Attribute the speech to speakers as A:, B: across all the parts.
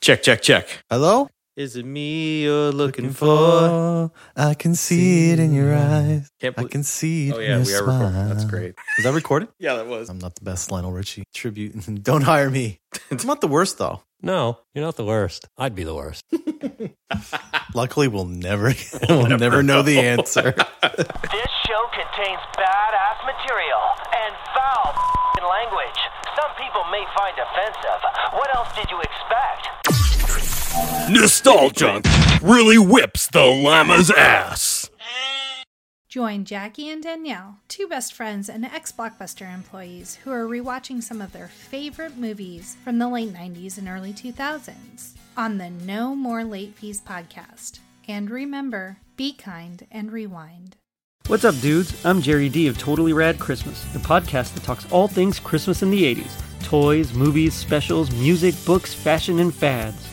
A: Check, check, check.
B: Hello? Oh,
A: Is it me you're looking for?
B: I can see it in your eyes.
A: Can't
B: I
A: believe-
B: can see it
A: oh
B: in
A: yeah,
B: your
A: we are recording.
B: smile.
A: That's great.
B: Is that recorded?
A: Yeah, that was.
B: I'm not the best Lionel Richie tribute. Don't hire me. I'm not the worst, though.
C: No, you're not the worst. I'd be the worst.
B: Luckily, we'll never, we'll never know the answer.
D: This show contains badass material and foul f***ing language. Some people may find offensive. What else did you expect?
E: Nostalgia really whips the llama's ass.
F: Join Jackie and Danielle, two best friends and ex Blockbuster employees who are rewatching some of their favorite movies from the late 90s and early 2000s on the No More Late Fees podcast. And remember, be kind and rewind.
G: What's up, dudes? I'm Jerry D of Totally Rad Christmas, the podcast that talks all things Christmas in the 80s toys, movies, specials, music, books, fashion, and fads.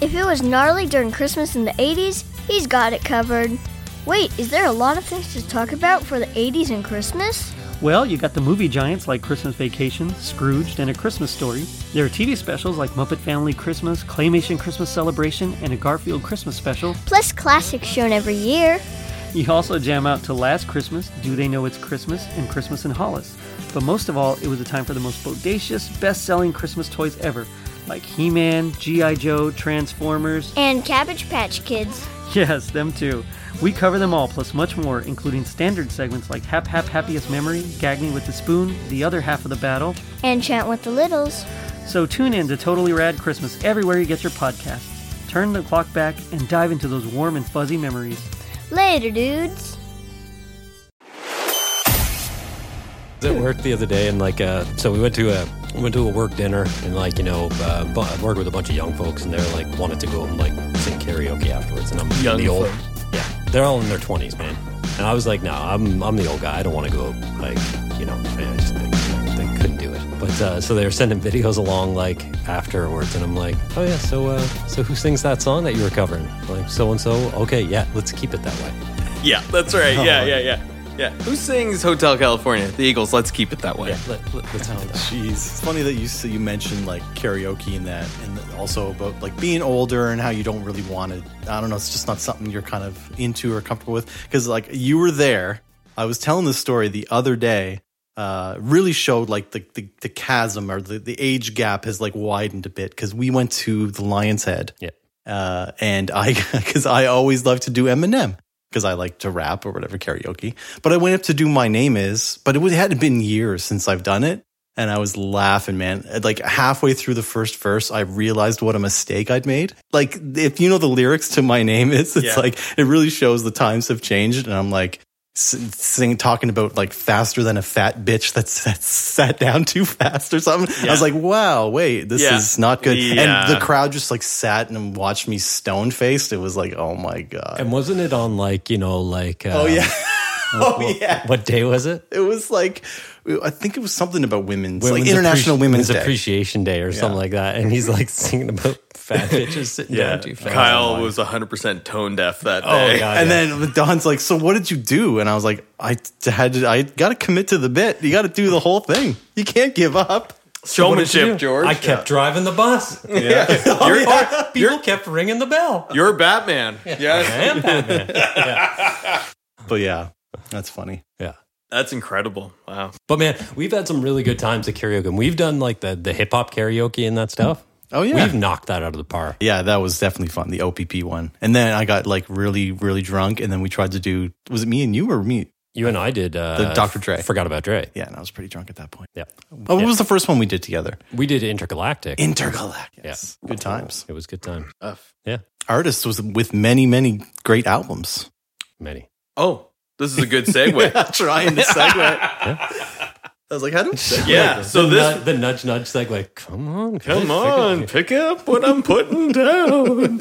H: If it was gnarly during Christmas in the 80s, he's got it covered. Wait, is there a lot of things to talk about for the 80s and Christmas?
G: Well, you got the movie giants like Christmas Vacation, Scrooged, and A Christmas Story. There are TV specials like Muppet Family Christmas, Claymation Christmas Celebration, and a Garfield Christmas special.
H: Plus classics shown every year.
G: You also jam out to Last Christmas, Do They Know It's Christmas, and Christmas in Hollis. But most of all, it was a time for the most bodacious, best selling Christmas toys ever, like He Man, G.I. Joe, Transformers.
H: And Cabbage Patch Kids.
G: Yes, them too. We cover them all, plus much more, including standard segments like Hap Hap Happiest Memory, Gag Me with the Spoon, The Other Half of the Battle.
H: And Chant with the Littles.
G: So tune in to Totally Rad Christmas everywhere you get your podcasts. Turn the clock back and dive into those warm and fuzzy memories.
H: Later, dudes.
C: I was at work the other day, and like, uh, so we went to a we went to a work dinner, and like, you know, uh, bu- I worked with a bunch of young folks, and they're like wanted to go and like sing karaoke afterwards, and I'm
A: Young
C: the old,
A: folks.
C: yeah, they're all in their twenties, man, and I was like, no, I'm I'm the old guy, I don't want to go, like, you know, I just think they couldn't do it, but uh, so they were sending videos along like afterwards, and I'm like, oh yeah, so uh, so who sings that song that you were covering? Like so and so, okay, yeah, let's keep it that way.
A: Yeah, that's right.
C: Oh,
A: Yeah, yeah, yeah. Yeah. Who sings Hotel California? The Eagles. Let's keep it that way.
C: Yeah, let, let, let's do that.
B: Jeez, it's funny that you s- you mentioned like karaoke and that, and also about like being older and how you don't really want it. I don't know, it's just not something you're kind of into or comfortable with. Because like you were there, I was telling this story the other day. Uh, really showed like the, the, the chasm or the, the age gap has like widened a bit because we went to the Lion's Head
C: Yeah.
B: uh, and I because I always love to do Eminem because I like to rap or whatever karaoke. But I went up to do My Name Is, but it would- hadn't been years since I've done it, and I was laughing, man. Like halfway through the first verse, I realized what a mistake I'd made. Like if you know the lyrics to My Name Is, it's
A: Yeah.
B: like it really shows the times have changed, and I'm like. s- Sing, talking about like faster than a fat bitch that's, that's sat down too fast or something. I was
A: Yeah.
B: like, wow, wait, this
A: Yeah.
B: is not good.
A: Yeah.
B: And the crowd just like sat and watched me stone faced. It was like, oh my god.
C: And wasn't it on like you know like uh,
B: oh yeah. oh
C: what,
B: yeah.
C: what day was it?
B: It was like I think it was something about women's,
C: Women's
B: like International
C: Appreci-
B: Women's Day.
C: Appreciation Day or something like that. And he's like singing about fat bitches sitting
A: Yeah.
C: down too fast.
A: Kyle was 100% tone deaf that
C: Oh
A: day.
C: god.
B: and
C: yeah.
B: then Don's like, "So what did you do?" And I was like, "I t- had to, I got to commit to the bit. You got to do the whole thing. You can't give up."
A: Showmanship, George.
C: I kept driving the bus.
A: You're,
C: People kept ringing the bell.
A: you're Batman. Yes.
C: I am Batman.
B: But yeah, that's funny.
C: Yeah.
A: That's incredible. Wow.
C: But man, we've had some really good times at karaoke. And we've done like the, the hip hop karaoke and that stuff.
B: Oh yeah,
C: We've knocked that out of the park.
B: yeah, that was definitely fun. The OPP one, and then I got like really, really drunk, and then we tried to do. Was it me and you or me?
C: You and I did uh,
B: The Dr. Dre.
C: Forgot about Dre.
B: Yeah, and I was pretty drunk at that point.
C: Yeah.
B: Oh, what was the first one we did together?
C: We did Intergalactic.
B: Intergalactic.
C: Yes.
B: Good times.
C: it was a good time.
B: Artists was with many, many great albums.
C: Many.
A: Oh, this is a good segue.
B: Trying to segue. I was like, how do we segue?
A: yeah. So
C: the,
A: this.
C: nu- the nudge nudge segue. Come on,
A: Come on, pick up what I'm putting down.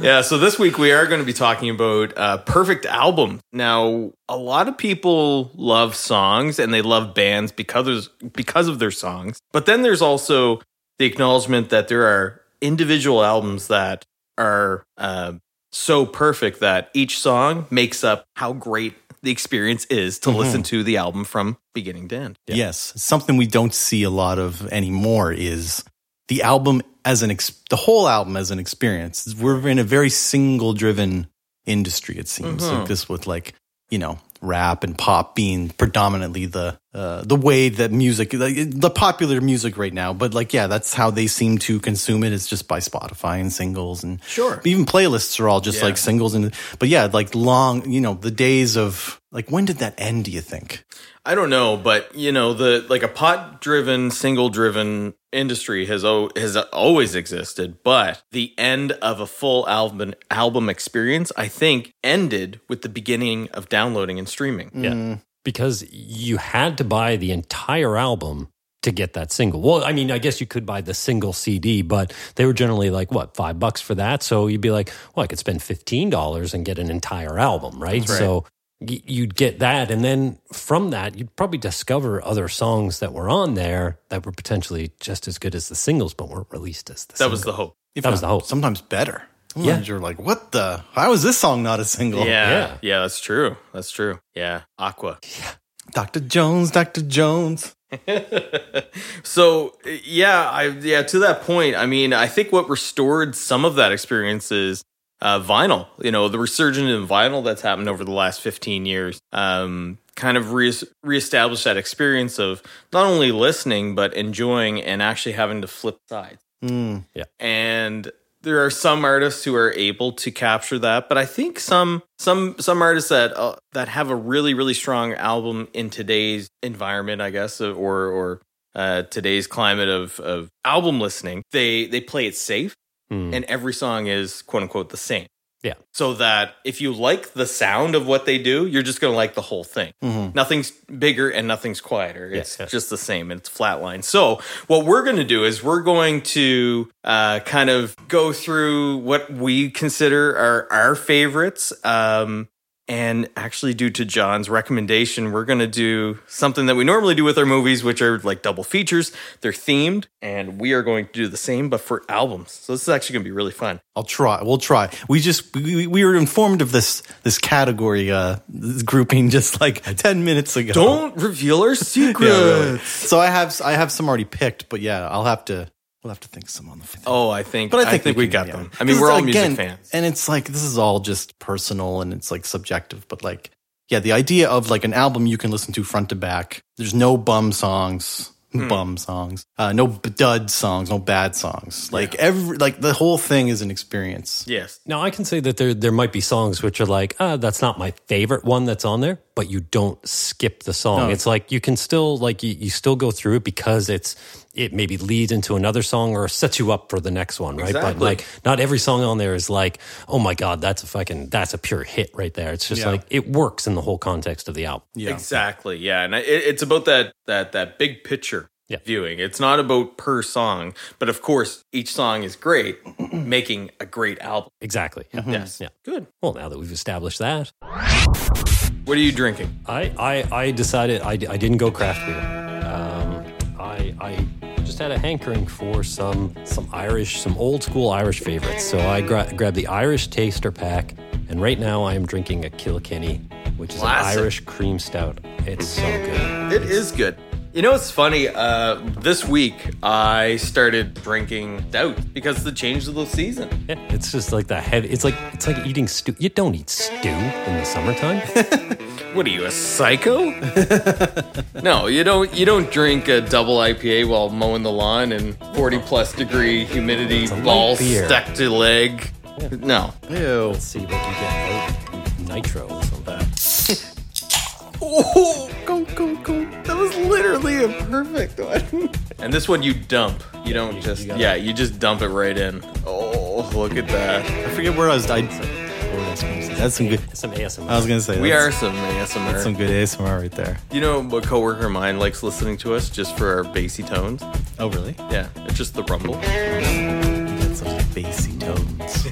A: yeah, so this week we are going to be talking about uh, perfect album. Now, a lot of people love songs and they love bands because because of their songs. But then there's also the acknowledgement that there are individual albums that are uh, so perfect that each song makes up how great the experience is to listen to the album from beginning to end.
B: Yes. Something we don't see a lot of anymore is the album as an ex- the whole album as an experience. We're in a very single driven industry. It seems
A: Mm-hmm.
B: like this with like you know rap and pop being predominantly the uh, the way that music like, the popular music right now. But like yeah, that's how they seem to consume it. It's just by Spotify and singles and
A: Sure.
B: even playlists are all just
A: Yeah.
B: like singles and but yeah like long you know the days of like when did that end do you think
A: I don't know, but you know, the like a pot driven, single driven industry has o- has always existed, but the end of a full album album experience, I think, ended with the beginning of downloading and streaming.
C: Yeah. Because you had to buy the entire album to get that single. Well, I mean, I guess you could buy the single CD, but they were generally like, what, five bucks for that? So you'd be like, well, I could spend $15 and get an entire album, right? So y- you'd get that. And then from that, you'd probably discover other songs that were on there that were potentially just as good as the singles, but weren't released as the
A: That was the hope.
B: If
C: That was the hope.
B: sometimes better Sometimes you're like what the how is this song not a single
A: yeah,
C: yeah.
A: yeah. that's true. That's true. Yeah. Aqua.
B: dr jones dr jones
A: So yeah, I yeah, to that point, I mean, I think what restored some of that experience is uh, vinyl. You know, the resurgence in vinyl that's happened over the last 15 years um, kind of re- reestablished that experience of not only listening, but enjoying and actually having to flip sides.
B: Mm.
A: And there are some artists who are able to capture that, but I think some some some artists that uh, that have a really really strong album in today's environment, I guess, or or uh, today's climate of of album listening, they they play it safe
C: Hmm.
A: and every song is quote unquote the same.
C: Yeah.
A: So that if you like the sound of what they do, you're just going to like the whole thing. Nothing's bigger and nothing's quieter. It's
C: yeah.
A: just the same and it's flatline. So what we're going to do is we're going to uh, kind of go through what we consider are our favorites. Um, and actually, due to John's recommendation, we're going to do something that we normally do with our movies, which are like double features. They're themed, and we are going to do the same, but for albums. So this is actually going to be really fun.
B: i'll try we'll try we just we, we- we were informed of this this category uh this grouping just like 10 minutes ago
A: Don't reveal our secrets.
B: Yeah, really. so i have i have some already picked but yeah i'll have to we'll have to think of some on the fly.
A: Oh, I think.
B: But I think,
A: we
B: can-
A: got
B: yeah.
A: them. I mean,
B: This
A: we're
B: is,
A: all
B: again-
A: music fans.
B: and it's like this is all just personal and it's like subjective. But like, yeah, the idea of like an album you can listen to front to back. There's no bum songs,
A: Hmm.
B: bum songs, uh, no b- dud songs, no bad songs. Like every like the whole thing is an experience.
A: Yes.
C: Now I can say that there there might be songs which are like, ah, that's not my favorite one that's on there, but you don't skip the song. It's like you can still like you, you still go through it because it's it maybe leads into another song or sets you up for the next one, right? But
A: Exactly.
C: like not every song on there is like, oh my god, that's a fucking that's a pure hit right there. It's just
B: Yeah.
C: like it works in the whole context of the album.
B: Yeah.
A: Exactly. Yeah, and it, it's about that that that big picture
C: Yeah.
A: viewing. It's not about per song, but of course, each song is great, making a great album.
C: Exactly.
A: Yes.
C: Yeah.
A: Good.
C: Well, now that we've established that,
A: What are you drinking?
C: I I, I decided I, I didn't go craft beer. Um, I I just had a hankering for some some Irish, some old school Irish favorites. So I gra- grabbed the Irish Taster Pack, and right now I am drinking a Kilkenny, which is
A: Classic.
C: an Irish cream stout. It's so good.
A: It is good. You know, it's funny. Uh, this week, I started drinking stout because the change of the season.
C: Yeah, It's just like the heavy. It's like it's like eating stew. You don't eat stew in the summertime.
A: What are you, a psycho? no, you don't. You don't drink a double IPA while mowing the lawn in forty plus degree humidity,
C: light
A: balls
C: beer.
A: stuck to leg. No,
B: Ew.
C: Let's see what you get. Oh, nitro or something.
A: Oh, go, go, go. That was literally a perfect one. And this one you dump. You don't just, yeah, you just dump it right in. Oh, look at that.
B: I forget where I was. I, where I was gonna say. that's some good.
C: Some ASMR.
B: I was gonna say
A: We are
B: that's-
A: some ASMR.
B: that's some good ASMR right there.
A: you know, a coworker of mine likes listening to us just for our bassy tones.
B: Oh really?
A: Yeah, it's just the rumble.
B: That's such bassy tones.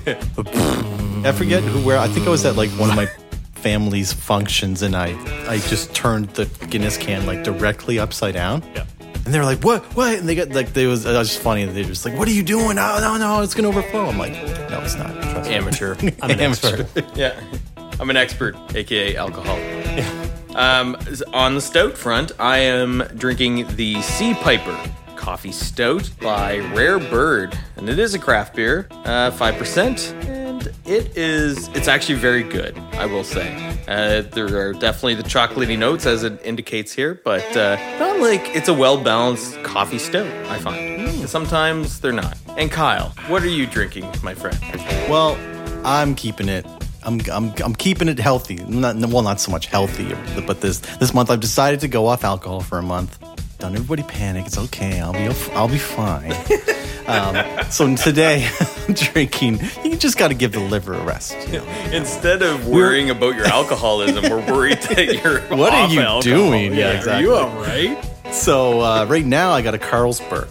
B: I forget who where. I think I was at like one of my family's functions, and I I just turned the Guinness can like directly upside down.
C: Yeah.
B: And they were like, "What? What?" And they got like, they was. It was just funny. They were just like, "What are you doing? No, no, no! It's gonna overflow." I'm like, "No, it's not. Trust me."
A: Amateur.
C: I'm an expert.
A: Yeah. I'm an expert, aka alcoholic. Um, s- on the stout front, I am drinking the Sea Piper Coffee Stout by Rare Bird, and it is a craft beer, uh, five percent, and it is it's actually very good. I will say uh, there are definitely the chocolatey notes as it indicates here, but uh, not like it's a well balanced coffee stout. I find And sometimes they're not. And Kyle, what are you drinking, my friend?
B: Well, I'm keeping it. I'm, I'm, I'm keeping it healthy. Not, well, not so much healthy, but this this month I've decided to go off alcohol for a month. Don't everybody panic. It's okay. I'll be I'll be fine. um, so today I'm drinking. You just got to give the liver a rest. you know.
A: Instead of worrying about your alcoholism, we're worried that you're
B: What are
A: off
B: you
A: alcohol.
B: doing? Yeah,
A: Yeah,
B: exactly.
A: Are you all right?
B: So uh, right now I got a Carlsberg,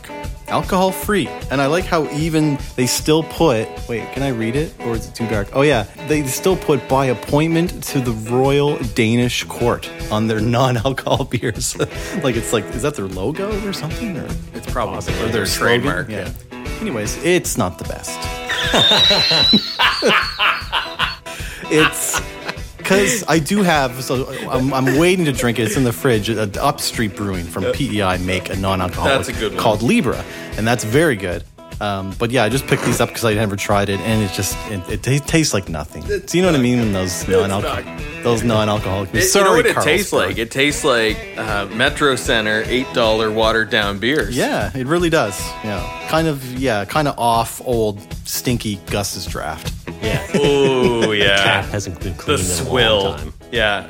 B: alcohol free, and I like how even they still put. Wait, can I read it or is it too dark? Oh yeah, they still put by appointment to the Royal Danish Court on their non-alcohol beers. like it's like is that their logo or something or
A: It's probably
B: or
A: their
B: slogan?
A: trademark.
B: Yeah. Anyways, it's not the best. it's because I do have. So I'm, I'm waiting to drink it. It's in the fridge. Uh, Upstreet Brewing from PEI make a non-alcoholic
A: That's a good one.
B: called Libra, and that's very good. Um, but yeah, I just picked these up because I never tried it, and it just it, it ta- tastes like nothing. Do you know what I mean? When those non-alcoholic, those non-alcoholic.
A: It,
B: Sorry,
A: you know what it
B: Carlsberg.
A: tastes like? It tastes like uh, Metro Center eight dollar watered down beers.
B: Yeah, it really does. Yeah, kind of. Yeah, kind of off old stinky Gus's draft.
C: Yeah.
A: Oh
C: Cap
A: yeah.
C: hasn't been
A: the
C: clean in a long
A: swill.
C: time.
A: Yeah.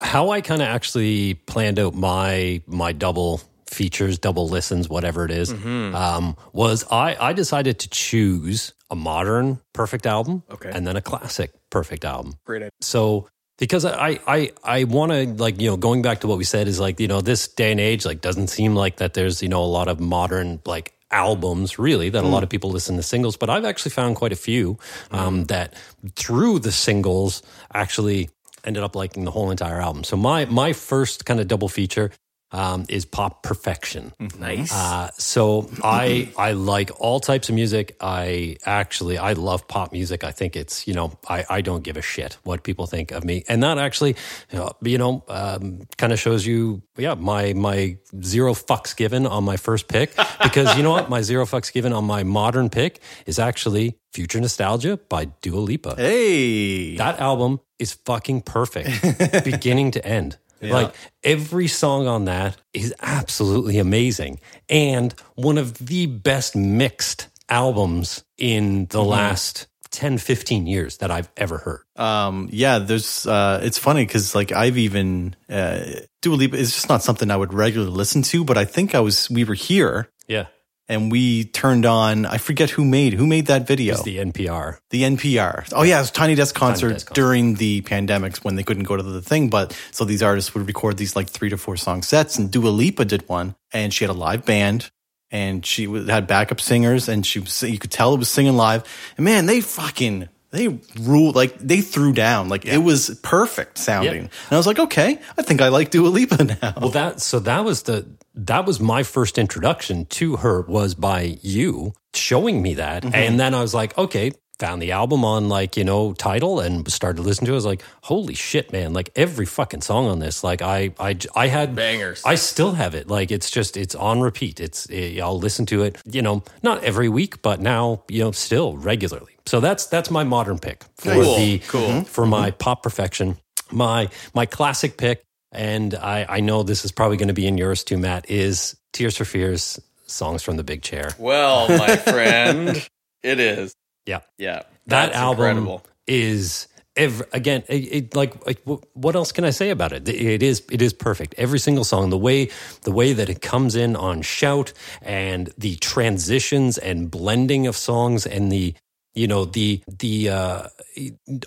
C: How I kind of actually planned out my my double features, double listens, whatever it is, um, was I I decided to choose a modern perfect album,
A: Okay.
C: and then a classic perfect album.
A: Great idea.
C: So because I I I want to like you know going back to what we said is like you know this day and age like doesn't seem like that there's you know a lot of modern like albums really that a lot of people listen to singles but I've actually found quite a few um, that through the singles actually ended up liking the whole entire album. So my my first kind of double feature um, is Pop Perfection.
A: Nice.
C: Uh, so I I like all types of music. I actually I love pop music. I think it's you know I I don't give a shit what people think of me, and that actually you know, you know um, kind of shows you yeah my my zero fucks given on my first pick because you know what my zero fucks given on my modern pick is actually Future Nostalgia by Dua Lipa.
B: Hey,
C: That album is fucking perfect, beginning to end. Like every song on that is absolutely amazing and one of the best mixed albums in the last 10, 15 years that I've ever heard.
B: um, yeah. There's. Uh, it's funny because like I've even uh, Dua Lipa is just not something I would regularly listen to, but I think I was we were here
C: Yeah.
B: and we turned on. I forget who made who made that video.
C: It's the NPR.
B: The NPR. Oh yeah, it was Tiny Desk concert
C: Desk concert.
B: during the pandemics when they couldn't go to the thing. But so these artists would record these like three to four song sets, and Dua Lipa did one, and she had a live band, and she w- had backup singers, and she was, you could tell it was singing live. And man, they fucking they ruled like they threw down like it was perfect sounding.
C: Yeah.
B: And I was like, okay, I think I like Dua Lipa now.
C: Well, that so that was the that was my first introduction to her was by you showing me that, and then I was like, okay, found the album on like you know title and started to listen to. it. I was like, holy shit, man! Like every fucking song on this, like I I j- I had
A: Bangers.
C: I still have it. Like it's just it's on repeat. It's eh, I'll listen to it. You know, not every week, but now you know still regularly. So that's that's my modern pick for
A: Cool.
C: the mm-hmm,
A: Cool. Mm-hmm.
C: for my pop perfection. My my classic pick, and I, I know this is probably going to be in yours too, Matt. Is Tears for Fears songs from the big chair?
A: Well, my friend, it is.
C: Yeah.
A: Yeah.
C: that
A: That's
C: album
A: incredible.
C: is ev again it, it, like, like wh- what else can i say about it it is it is perfect every single song the way the way that it comes in on shout and the transitions and blending of songs and the you know the the uh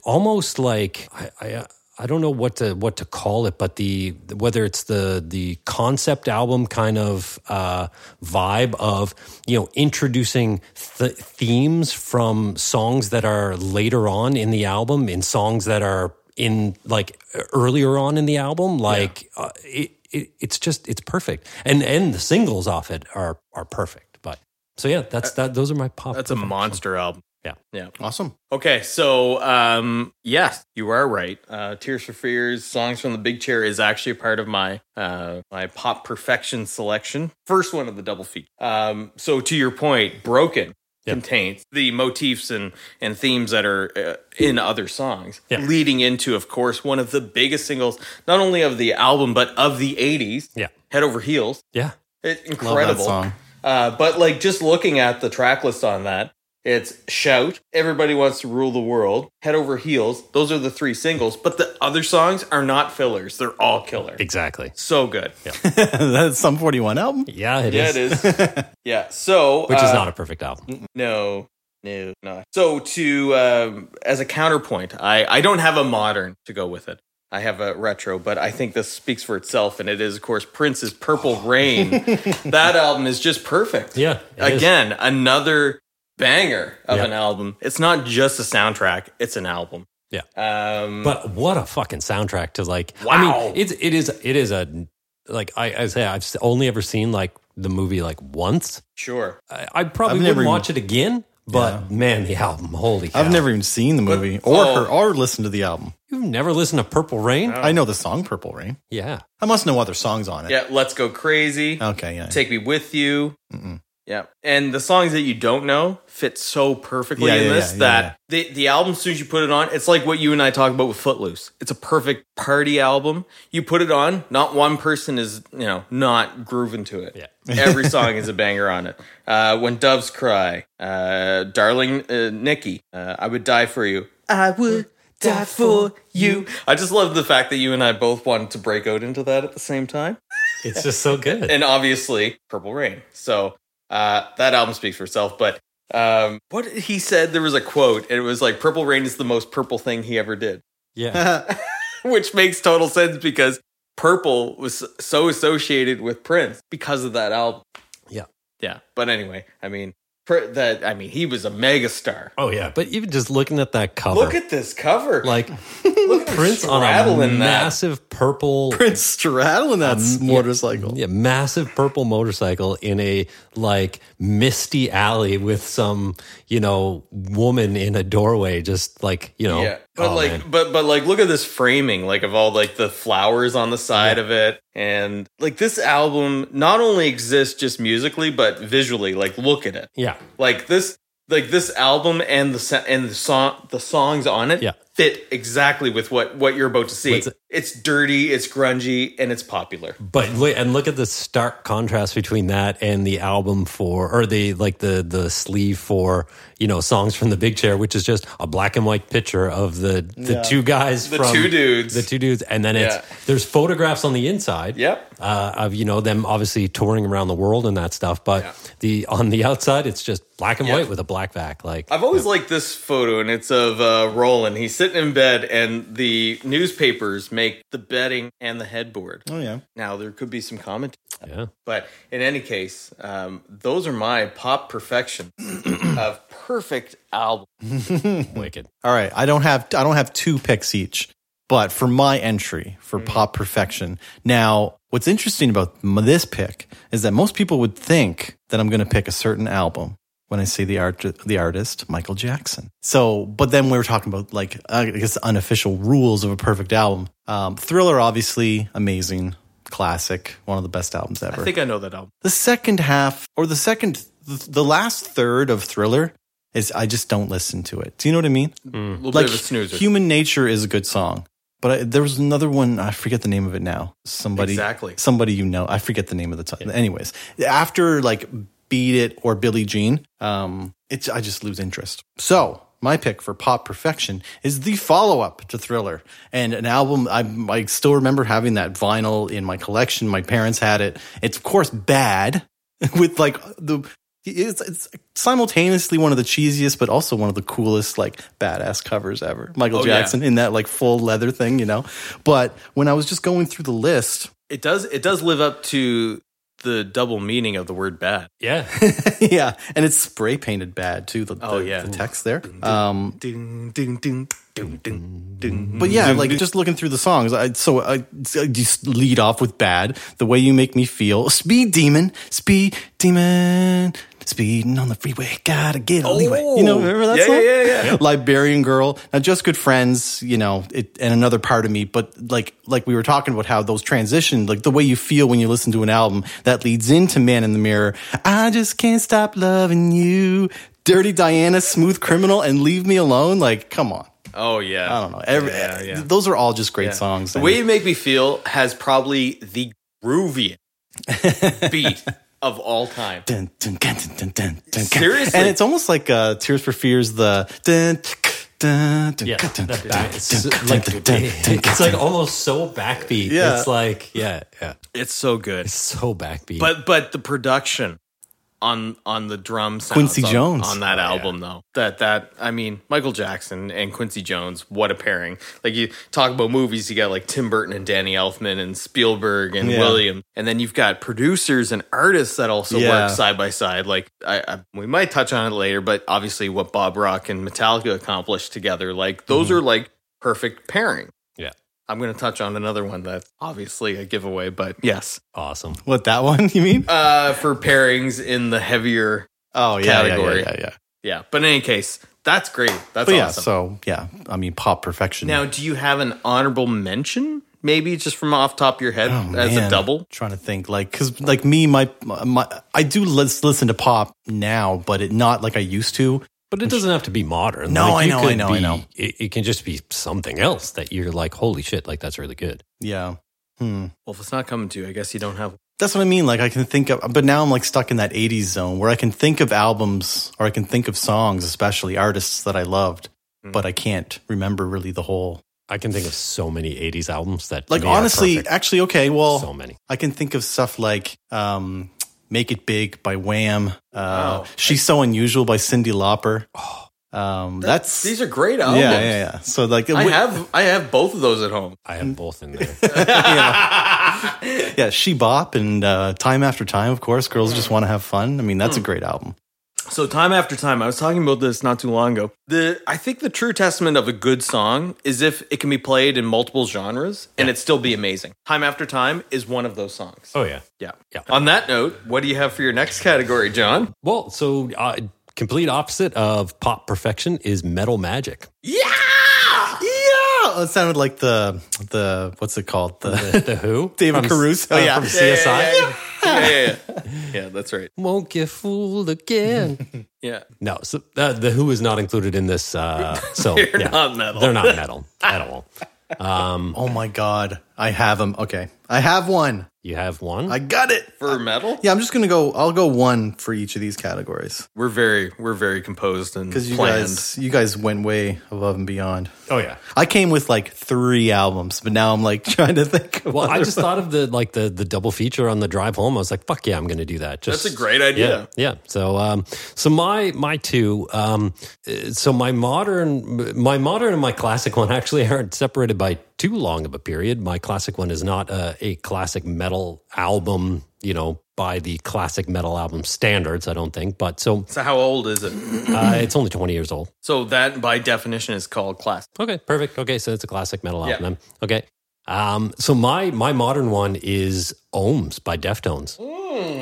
C: almost like i i uh, I don't know what to what to call it, but the whether it's the the concept album kind of uh, vibe of you know introducing th- themes from songs that are later on in the album, in songs that are in like earlier on in the album, like uh, it, it, it's just it's perfect, and and the singles off it are are perfect. But so yeah, Uh, that's that. Those are my pop.
A: That's a monster album.
C: Yeah.
A: Yeah.
B: Awesome.
A: Okay, so um yes, you are right. Uh Tears for Fears, Songs from the Big Chair is actually a part of my uh my pop perfection selection. First one of the double feat. Um so to your point, Broken
C: Yeah.
A: contains the motifs and and themes that are uh, in other songs,
C: Yeah.
A: leading into of course one of the biggest singles not only of the album but of the 80s.
C: Yeah.
A: Head over heels.
C: Yeah.
A: It's
B: Love
A: incredible.
B: that song.
A: Uh, but like just looking at the track list on that, it's Shout, Everybody Wants to Rule the World, Head Over Heels. Those are the three singles, but the other songs are not fillers. They're all killer.
C: Exactly.
A: So good.
B: That's some 41 album.
C: Yeah, it
A: yeah, it
C: is.
A: is. yeah. So
C: Which is
A: uh,
C: not a perfect album.
A: no, no, not. So to um, as a counterpoint, I I don't have a modern to go with it. I have a retro, but I think this speaks for itself, and it is, of course, Prince's "Purple Rain." that album is just perfect.
C: Yeah. it is.
A: Again, another banger of
C: Yeah.
A: an album. It's not just a soundtrack; it's an album.
C: Yeah.
A: Um,
C: But what a fucking soundtrack to like. I
A: Wow.
C: mean, it's it is it is a like I, I say I've s- only ever seen like the movie like once.
A: sure.
C: I, I
B: I've
C: probably wouldn't
B: never even-
C: watch it again. But man, the album, holy cow!
B: I've never even seen the movie or
A: oh.
B: heard- or listened to the album.
C: You've never listened to Purple Rain?
B: I know the song Purple Rain.
C: Yeah,
B: I must know other songs on it.
A: Yeah. Let's go
C: Oh,
A: crazy.
B: Okay. Yeah.
A: Take me with you.
B: Mm-mm.
A: Yeah. And the songs that you don't know fit so perfectly
B: Yeah,
A: in
B: yeah,
A: this
B: yeah,
A: that
B: yeah,
A: The, the album, as soon as you put it on, it's like what you and I talk about with Footloose. It's a perfect party album. You put it on, not one person is, you know, not grooving to it.
C: Yeah.
A: Every song is a banger on it. Uh, when Doves Cry, uh, Darling uh, Nikki, uh, I Would Die For You. I would die for you. I just love the fact that you and I both wanted to break out into that at the same time
C: it's just so good.
A: and obviously Purple Rain. So uh, that album speaks for itself. But um, what he said, there was a quote, and it was like Purple Rain is the most purple thing he ever did,
C: yeah,
A: which makes total sense because purple was so associated with Prince because of that album.
C: Yeah.
A: yeah. But anyway, I mean pr- that. I mean, he was a megastar.
C: oh yeah. But even just looking at that cover,
A: Look at this cover.
C: like
A: Look at
C: Prince on a
A: straddling that.
C: massive purple
B: Prince straddling that s- motorcycle.
C: Yeah, massive purple motorcycle in a like misty alley with some, you know, woman in a doorway, just like, you know.
A: Yeah, but
C: oh,
A: like,
C: man.
A: but but like, look at this framing, like of all like the flowers on the side of it, and like this album not only exists just musically, but visually. Like, look at it.
C: yeah.
A: Like this, like this album and the sa- and the song, the songs on it,
C: Yeah.
A: fit exactly with what what you're about to see.
C: What's it-
A: it's dirty, it's grungy, and it's popular.
C: But li- and look at the stark contrast between that and the album for or the like the the sleeve for, you know, songs from the big chair, which is just a black and white picture of the the two guys
A: The
C: from
A: two dudes.
C: The two dudes. And then
A: Yeah.
C: it's there's photographs on the inside.
A: Yep.
C: uh, of you know them obviously touring around the world and that stuff. But the on the outside, it's just black and
A: Yeah.
C: white with a black back. Like
A: I've always liked this photo, and it's of uh, Roland. He's sitting in bed, and the newspapers make the bedding and the headboard.
C: Mm.
B: Oh yeah.
A: Now there could be some comment,
C: yeah,
A: but in any case, um, those are my pop perfection of perfect album.
C: wicked.
B: All right, I don't have I don't have two picks each, but for my entry for
A: Mm-hmm.
B: pop perfection. Now, what's interesting about m- this pick is that most people would think that I'm going to pick a certain album when I see the art the artist Michael Jackson. So, but then we were talking about like uh, I guess unofficial rules of a perfect album. Um, Thriller, obviously, amazing classic, one of the best albums ever
A: I think I know that album.
B: the second half or the second th- the last third of thriller is i just don't listen to it do you know what i mean
A: A little
B: like
A: bit of a snoozer.
B: human nature is a good song but I, there was another one i forget the name of it now somebody
A: Exactly.
B: somebody you know i forget the name of the title anyways after like beat it or billie jean um it's i just lose interest so my pick for pop perfection is the follow-up to thriller and an album I, I still remember having that vinyl in my collection my parents had it it's of course bad with like the it's, it's simultaneously one of the cheesiest but also one of the coolest like badass covers ever michael
A: Oh, yeah.
B: jackson in that like full leather thing you know but when i was just going through the list
A: It does. It does live up to the double meaning of the word bad.
C: Yeah,
B: yeah and it's spray painted bad too the,
A: Oh,
B: the-
A: yeah.
B: the text there um
A: Ding, ding, ding, ding, ding, ding.
B: but yeah like just looking through the songs i so i, I just lead off with bad the way you make me feel speed demon speed demon speeding on the freeway, gotta get a leeway. You know, remember that
A: Oh. Yeah,
B: song?
A: yeah, yeah, yeah.
B: Liberian Girl. Now, just good friends, you know, it, and another part of me. But like, like we were talking about how those transition, like the way you feel when you listen to an album, that leads into Man in the Mirror. I just can't stop loving you, Dirty Diana, Smooth Criminal, and Leave Me Alone. Like, come on.
A: Oh yeah.
B: I don't know. Every,
A: Yeah, yeah.
B: Those are all just great
A: Yeah.
B: songs.
A: The way you make me feel has probably the grooviest beat of all time.
B: Dun, dun, dun, dun, dun, dun, dun.
A: Seriously?
B: and it's almost like uh, Tears for Fears. The dun, dun, dun,
C: Yeah,
B: dun,
C: that
B: dun,
C: back, it's,
B: dun, dun,
C: like,
B: dun, dun, dun,
C: it's like almost so backbeat.
B: Yeah.
C: It's like, yeah, yeah,
A: It's so good.
C: it's so backbeat.
A: But but the production on on the drum sounds
B: Quincy
A: on,
B: Jones.
A: on that album though that that I mean Michael Jackson and Quincy Jones what a pairing like you talk about movies you got like Tim Burton and Danny Elfman and Spielberg and
B: Yeah.
A: William and then you've got producers and artists that also
B: Yeah.
A: work side by side like I, I we might touch on it later but obviously what Bob Rock and Metallica accomplished together like those
B: Mm-hmm.
A: are like perfect pairing
C: Yeah.
A: I'm going to touch on another one that's obviously a giveaway but yes
C: awesome.
B: What that one? You mean?
A: uh, for pairings in the heavier.
B: Oh yeah, yeah, yeah,
A: category.
B: yeah, yeah.
A: Yeah, but in any case, that's great. That's
B: But yeah,
A: awesome.
B: so yeah, I mean, pop perfection.
A: now, do you have an honorable mention? Maybe just from off top of your head
B: Oh,
A: as a
B: man.
A: double.
B: trying to think like because like me, my, my I do lis- listen to pop now, but it not like I used to.
C: But it doesn't have to be modern.
B: No, I
C: you
B: know,
C: could
B: I know, I
C: be-
B: know.
C: It, it can just be something else that you're like, holy shit, like that's really good.
B: Yeah. Hmm.
A: Well, if it's not coming to you, I guess you don't have.
B: That's what I mean. Like I can think of, but now I'm like stuck in that '80s zone where I can think of albums or I can think of songs, especially artists that I loved,
A: Hmm.
B: but I can't remember really the whole.
C: I can think of so many '80s albums that, to
B: Like
C: me are
B: honestly,
C: perfect.
B: actually, okay, well,
C: so many.
B: I can think of stuff like um, "Make It Big" by Wham. Uh,
A: Wow.
B: "She's So Unusual" by Cindy Lauper. Um, that's
A: Oh, These are great
B: yeah,
A: albums.
B: yeah, yeah. So like,
A: I
B: we-
A: have I have both of those at home.
C: I
B: Mm.
C: have both in there.
B: yeah, "She Bop" and uh, "Time After Time." Of course, girls just want to have fun. I mean, that's
A: Hmm.
B: a great album.
A: So time after time, I was talking about this not too long ago. The I think the true testament of a good song is if it can be played in multiple genres and it still be amazing. Time after time is one of those songs.
C: oh yeah.
A: Yeah.
C: Yeah.
A: On that note, what do you have for your next category, John?
C: Well, so uh, complete opposite of pop perfection is metal magic.
A: Yeah.
B: Yeah, it sounded like the the what's it called the.
C: The, the Who,
B: David
C: From-
B: Caruso,
C: uh,
B: yeah.
C: from CSI.
A: Yeah, yeah, yeah. Yeah, that's right.
C: Won't get fooled again.
A: Yeah.
C: No, so uh, the Who is not included in this. Uh, so
A: They're
C: yeah,
A: not metal.
C: They're not metal at all.
B: Oh my god, I have them. Okay, I have one.
C: You have one.
B: I got it.
A: For metal?
B: Yeah, I'm just gonna go. I'll go one for each of these categories
A: We're very we're very composed and
B: because you
A: planned.
B: guys you guys went way above and beyond.
C: oh yeah.
B: I came with like three albums, but now I'm like trying to think. Of
C: Well, I
B: other-
C: just thought of the like the the double feature on the drive home. I was like, fuck yeah, I'm going to do that. Just
A: That's a great idea.
C: Yeah, yeah. So, um, so my my two, um, uh, so my modern, my modern and my classic one actually aren't separated by too long of a period. My classic one is not a, a classic metal album, you know, by the classic metal album standards. I don't think, but so
A: So how old is it?
C: uh, it's only twenty years old.
A: So that by definition is called classic.
C: Okay, perfect. Okay, so it's a classic metal
A: Yeah.
C: album. then. Okay. Um, so my my modern one is Ohms by Deftones.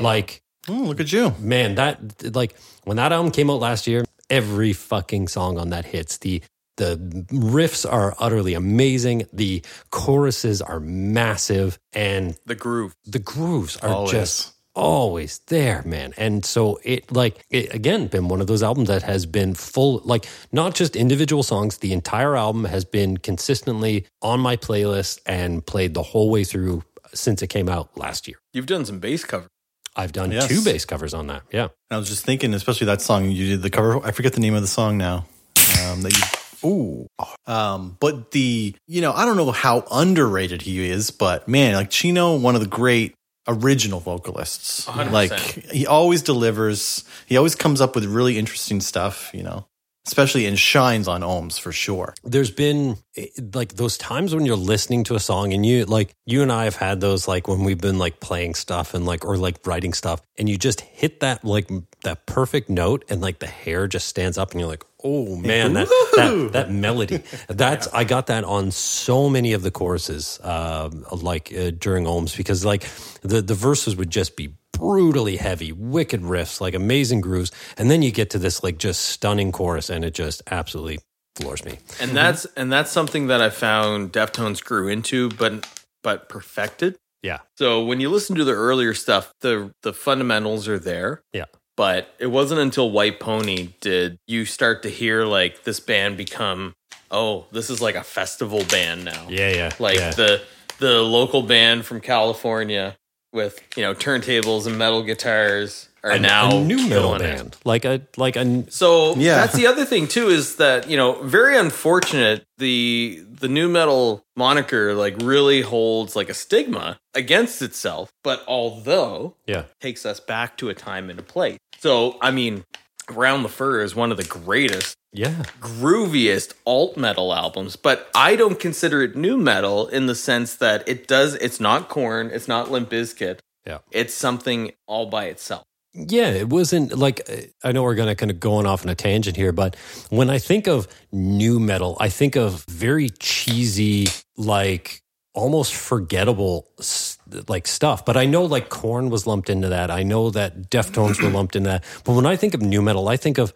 C: Like
B: Oh, look at you.
C: man, that like when that album came out last year, every fucking song on that hits. The the riffs are utterly amazing. The choruses are massive, and
A: The groove.
C: the grooves are
B: Always.
C: just always there, man. And so it like it, again been one of those albums that has been full like not just individual songs, the entire album has been consistently on my playlist and played the whole way through since it came out last year.
A: You've done some bass cover.
C: I've done
B: Yes.
C: two bass covers on that. Yeah.
B: I was just thinking, especially that song you did the cover. I forget the name of the song now. Um, that you, ooh, um, but the you know I don't know how underrated he is, but man, like Chino, one of the great original vocalists.
A: 100%.
B: Like he always delivers. He always comes up with really interesting stuff. You know, especially and shines on Ohms for sure.
C: there's been eh, like those times when you're listening to a song and you like you and I have had those like when we've been like playing stuff and like or like writing stuff and you just hit that like m- that perfect note and like the hair just stands up and you're like oh man that that, that melody that's I got that on so many um, of the choruses uh, like uh, during Ohms because like the the verses would just be brutally heavy, wicked riffs, like amazing grooves, and then you get to this like just stunning chorus, and it just absolutely floors me.
A: and that's and that's something that I found Deftones grew into, but but perfected.
C: Yeah.
A: So when you listen to the earlier stuff, the the fundamentals are there.
C: Yeah.
A: But it wasn't until White Pony did you start to hear like this band become oh this is like a festival band now.
C: Yeah, yeah,
A: Like
C: yeah.
A: the the local band from California with you know turntables and metal guitars are
C: A-
A: now
C: a new metal
A: killing it.
C: band, like a like a
A: So
B: Yeah.
A: that's the other thing too is that you know very unfortunate the the new metal moniker like really holds like a stigma against itself. But although
C: yeah.
A: takes us back to a time and a place. So I mean, Round the Fur is one of the greatest
C: Yeah,
A: grooviest alt metal albums, but I don't consider it new metal in the sense that it does. It's not corn. It's not Limp Bizkit.
C: Yeah.
A: It's something all by itself.
C: yeah. It wasn't like uh, I know we're gonna kind of going off on a tangent here, but when I think of new metal, I think of very cheesy, like almost forgettable s- like stuff. But I know like Corn was lumped into that. I know that Deftones were lumped in that. But when I think of new metal, I think of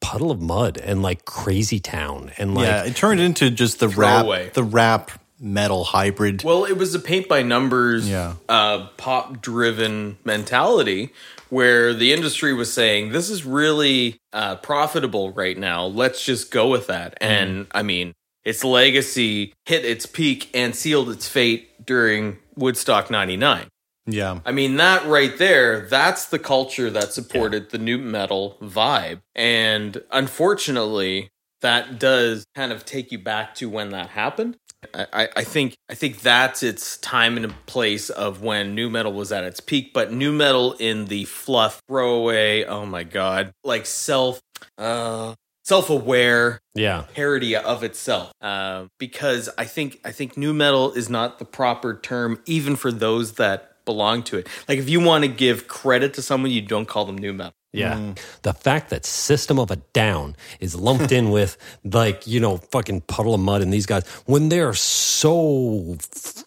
C: Puddle of Mud and like Crazy Town and like
B: yeah, it turned into just the rap,
A: Throwaway.
B: the rap metal hybrid.
A: Well, it was a paint by numbers,
B: Yeah.
A: uh, pop driven mentality where the industry was saying, this is really uh, profitable right now. Let's just go with that. And I mean, its legacy hit its peak and sealed its fate during Woodstock 99.
B: yeah,
A: I mean, that right there, that's the culture that supported the new metal vibe. And unfortunately, that does kind of take you back to when that happened. I, I- I think I think that's its time and place of when new metal was at its peak, but new metal in the fluff throwaway, oh my god, like self uh self aware
C: yeah.
A: parody of itself uh, because I think I think new metal is not the proper term even for those that belong to it. Like if you want to give credit to someone, you don't call them new metal.
C: Yeah. The fact that System of a Down is lumped in with like, you know, fucking puddle of mud and these guys when they're so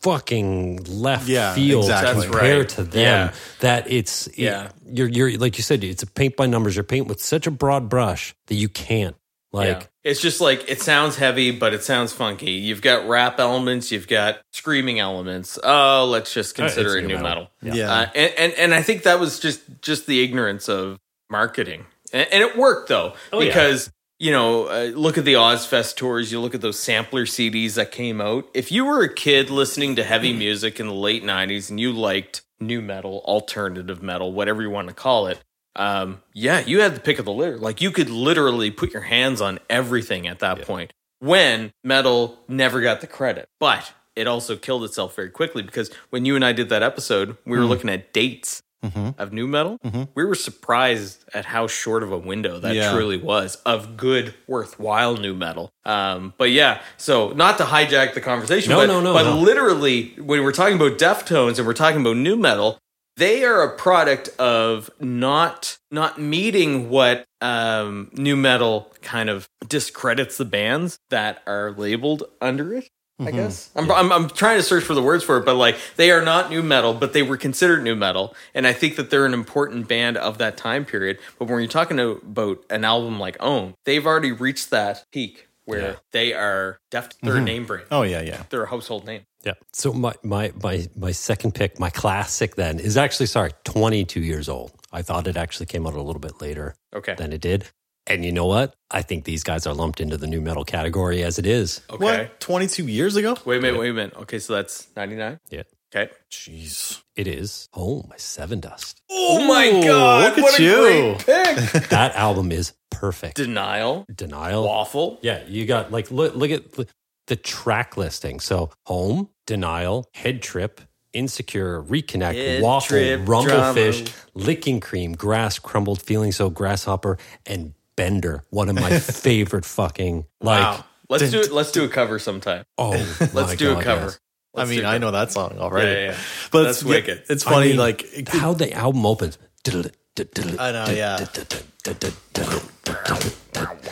C: fucking left
B: Yeah,
C: field
B: exactly. That's
C: compared
A: right.
C: to them
A: Yeah.
C: that it's it-
A: Yeah.
C: you're you're like you said, it's a paint by numbers. You're paint with such a broad brush that you can't like
A: Yeah. It's just like it sounds heavy, but it sounds funky. You've got rap elements, you've got screaming elements. Oh, let's just consider
C: it's
A: it
C: new
A: new metal.
C: metal.
B: Yeah.
A: Uh, and, and and I think that was just just the ignorance of marketing, and, and it worked though
C: yeah.
A: because you know uh, look at the Ozfest tours, you look at those sampler CDs that came out. If you were a kid listening to heavy music in the late '90s and you liked new metal, alternative metal, whatever you want to call it. Um, yeah, you had the pick of the litter. Like you could literally put your hands on everything at that point when metal never got the credit. But it also killed itself very quickly because when you and I did that episode, we
C: Hmm.
A: were looking at dates
C: Mm-hmm.
A: of new metal. We were surprised at how short of a window that
B: Yeah.
A: truly was of good, worthwhile new metal. Um, but yeah, so not to hijack the conversation,
C: No,
A: but,
C: no, no,
A: but
C: no.
A: literally, when we're talking about Deftones and we're talking about new metal, they are a product of not not meeting what um, new metal kind of discredits the bands that are labeled under it. I guess I'm, I'm I'm trying to search for the words for it, but like they are not new metal, but they were considered new metal, and I think that they're an important band of that time period. But when you're talking about an album like Own, they've already reached that peak where they are def- their name brand,
B: oh yeah, yeah.
A: their household name.
C: Yeah. So my my my my second pick, my classic then is actually sorry, 22 years old. I thought it actually came out a little bit later
A: Okay,
C: than it did. And you know what? I think these guys are lumped into the new metal category as it is.
A: okay.
B: What? Twenty two years ago?
A: Wait a minute, wait a minute. Okay, so that's 99.
C: Yeah.
A: Okay.
B: Jeez.
C: It is. Oh, my Seven Dust.
A: Oh
B: my Ooh, God, look what at a you.
A: great pick.
C: That album is perfect.
A: Denial,
C: Denial.
A: Waffle,
C: Yeah, you got like look look at the- the track listing. So Home, Denial, Head Trip, Insecure, Reconnect,
A: Head
C: Waffle,
A: Trip,
C: Rumblefish,
A: Drama.
C: Licking Cream, Grass, Crumbled, Feeling So, Grasshopper, and Bender. One of my favorite fucking like
A: Wow. Let's do it. Let's do a cover sometime.
C: oh
A: Let's do a cover.
B: I
A: Let's
B: mean,
A: do
B: I
A: it.
B: know that song already.
A: Yeah, yeah, yeah.
B: But
A: That's
B: it's, yeah,
A: wicked.
B: It's funny,
C: mean,
B: like it-
C: how the album opens. I know,
B: yeah.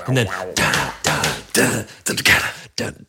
C: And then,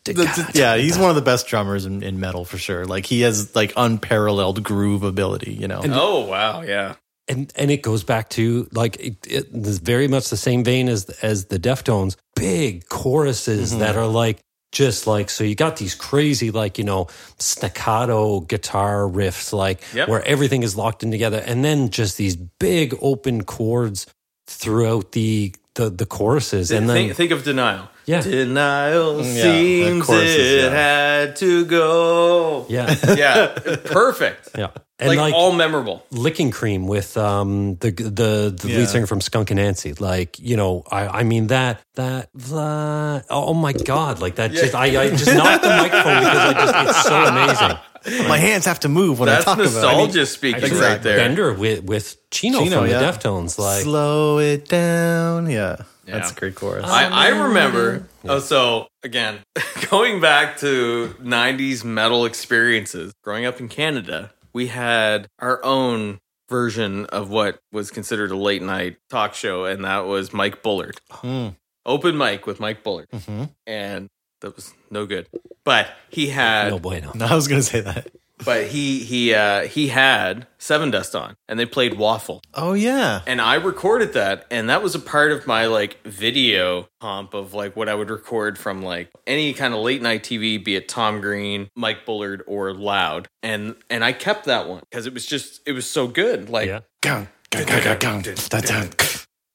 B: That's- yeah, he's one of the best drummers in, in metal for sure. Like he has like unparalleled groove ability, you know.
A: Oh wow, yeah.
C: and and it goes back to like it, it, this very much the same vein as as the Deftones, big choruses
A: Mm-hmm.
C: that are like just like so you got these crazy like you know staccato guitar riffs like
A: Yep.
C: where everything is locked in together and then just these big open chords throughout the the, the choruses and then
A: think, think of denial.
C: Yeah.
A: Denial
B: Yeah,
A: seems
B: the choruses,
A: it
B: yeah.
A: had to go.
C: yeah
A: Yeah. Perfect.
C: yeah and
A: Like, all memorable.
C: licking cream with um the the, the
B: Yeah.
C: lead singer from Skunk and Nancy. Like you know, I I mean that that blah, oh my god, like that just I, I just knocked the microphone because I just it's so amazing.
B: My hands have to move when
A: That's
B: I talk about it.
A: nostalgia speaking right
B: Exactly.
A: there.
C: Bender with with Chino,
B: Chino,
C: from
B: yeah.
C: the Deftones, like
B: Slow it down. Yeah.
A: Yeah.
B: That's a great chorus.
A: I, I remember. Oh, so again, going back to 90s metal experiences, growing up in Canada, we had our own version of what was considered a late night talk show, and that was Mike Bullard.
B: Mm.
A: Open mic with Mike Bullard.
B: Mhm.
A: And that was no good. But he had
C: no bueno.
B: No, I was going to say that.
A: but he he uh he had Seven Dust on and they played Waffle.
B: Oh, yeah.
A: And I recorded that, and that was a part of my like video comp of like what I would record from like any kind of late night TV, be it Tom Green, Mike Bullard, or Loud. And and I kept that one because it was just it was so good. Like
C: Yeah.
B: Gang, gang, gang, gang, gang, da, dun,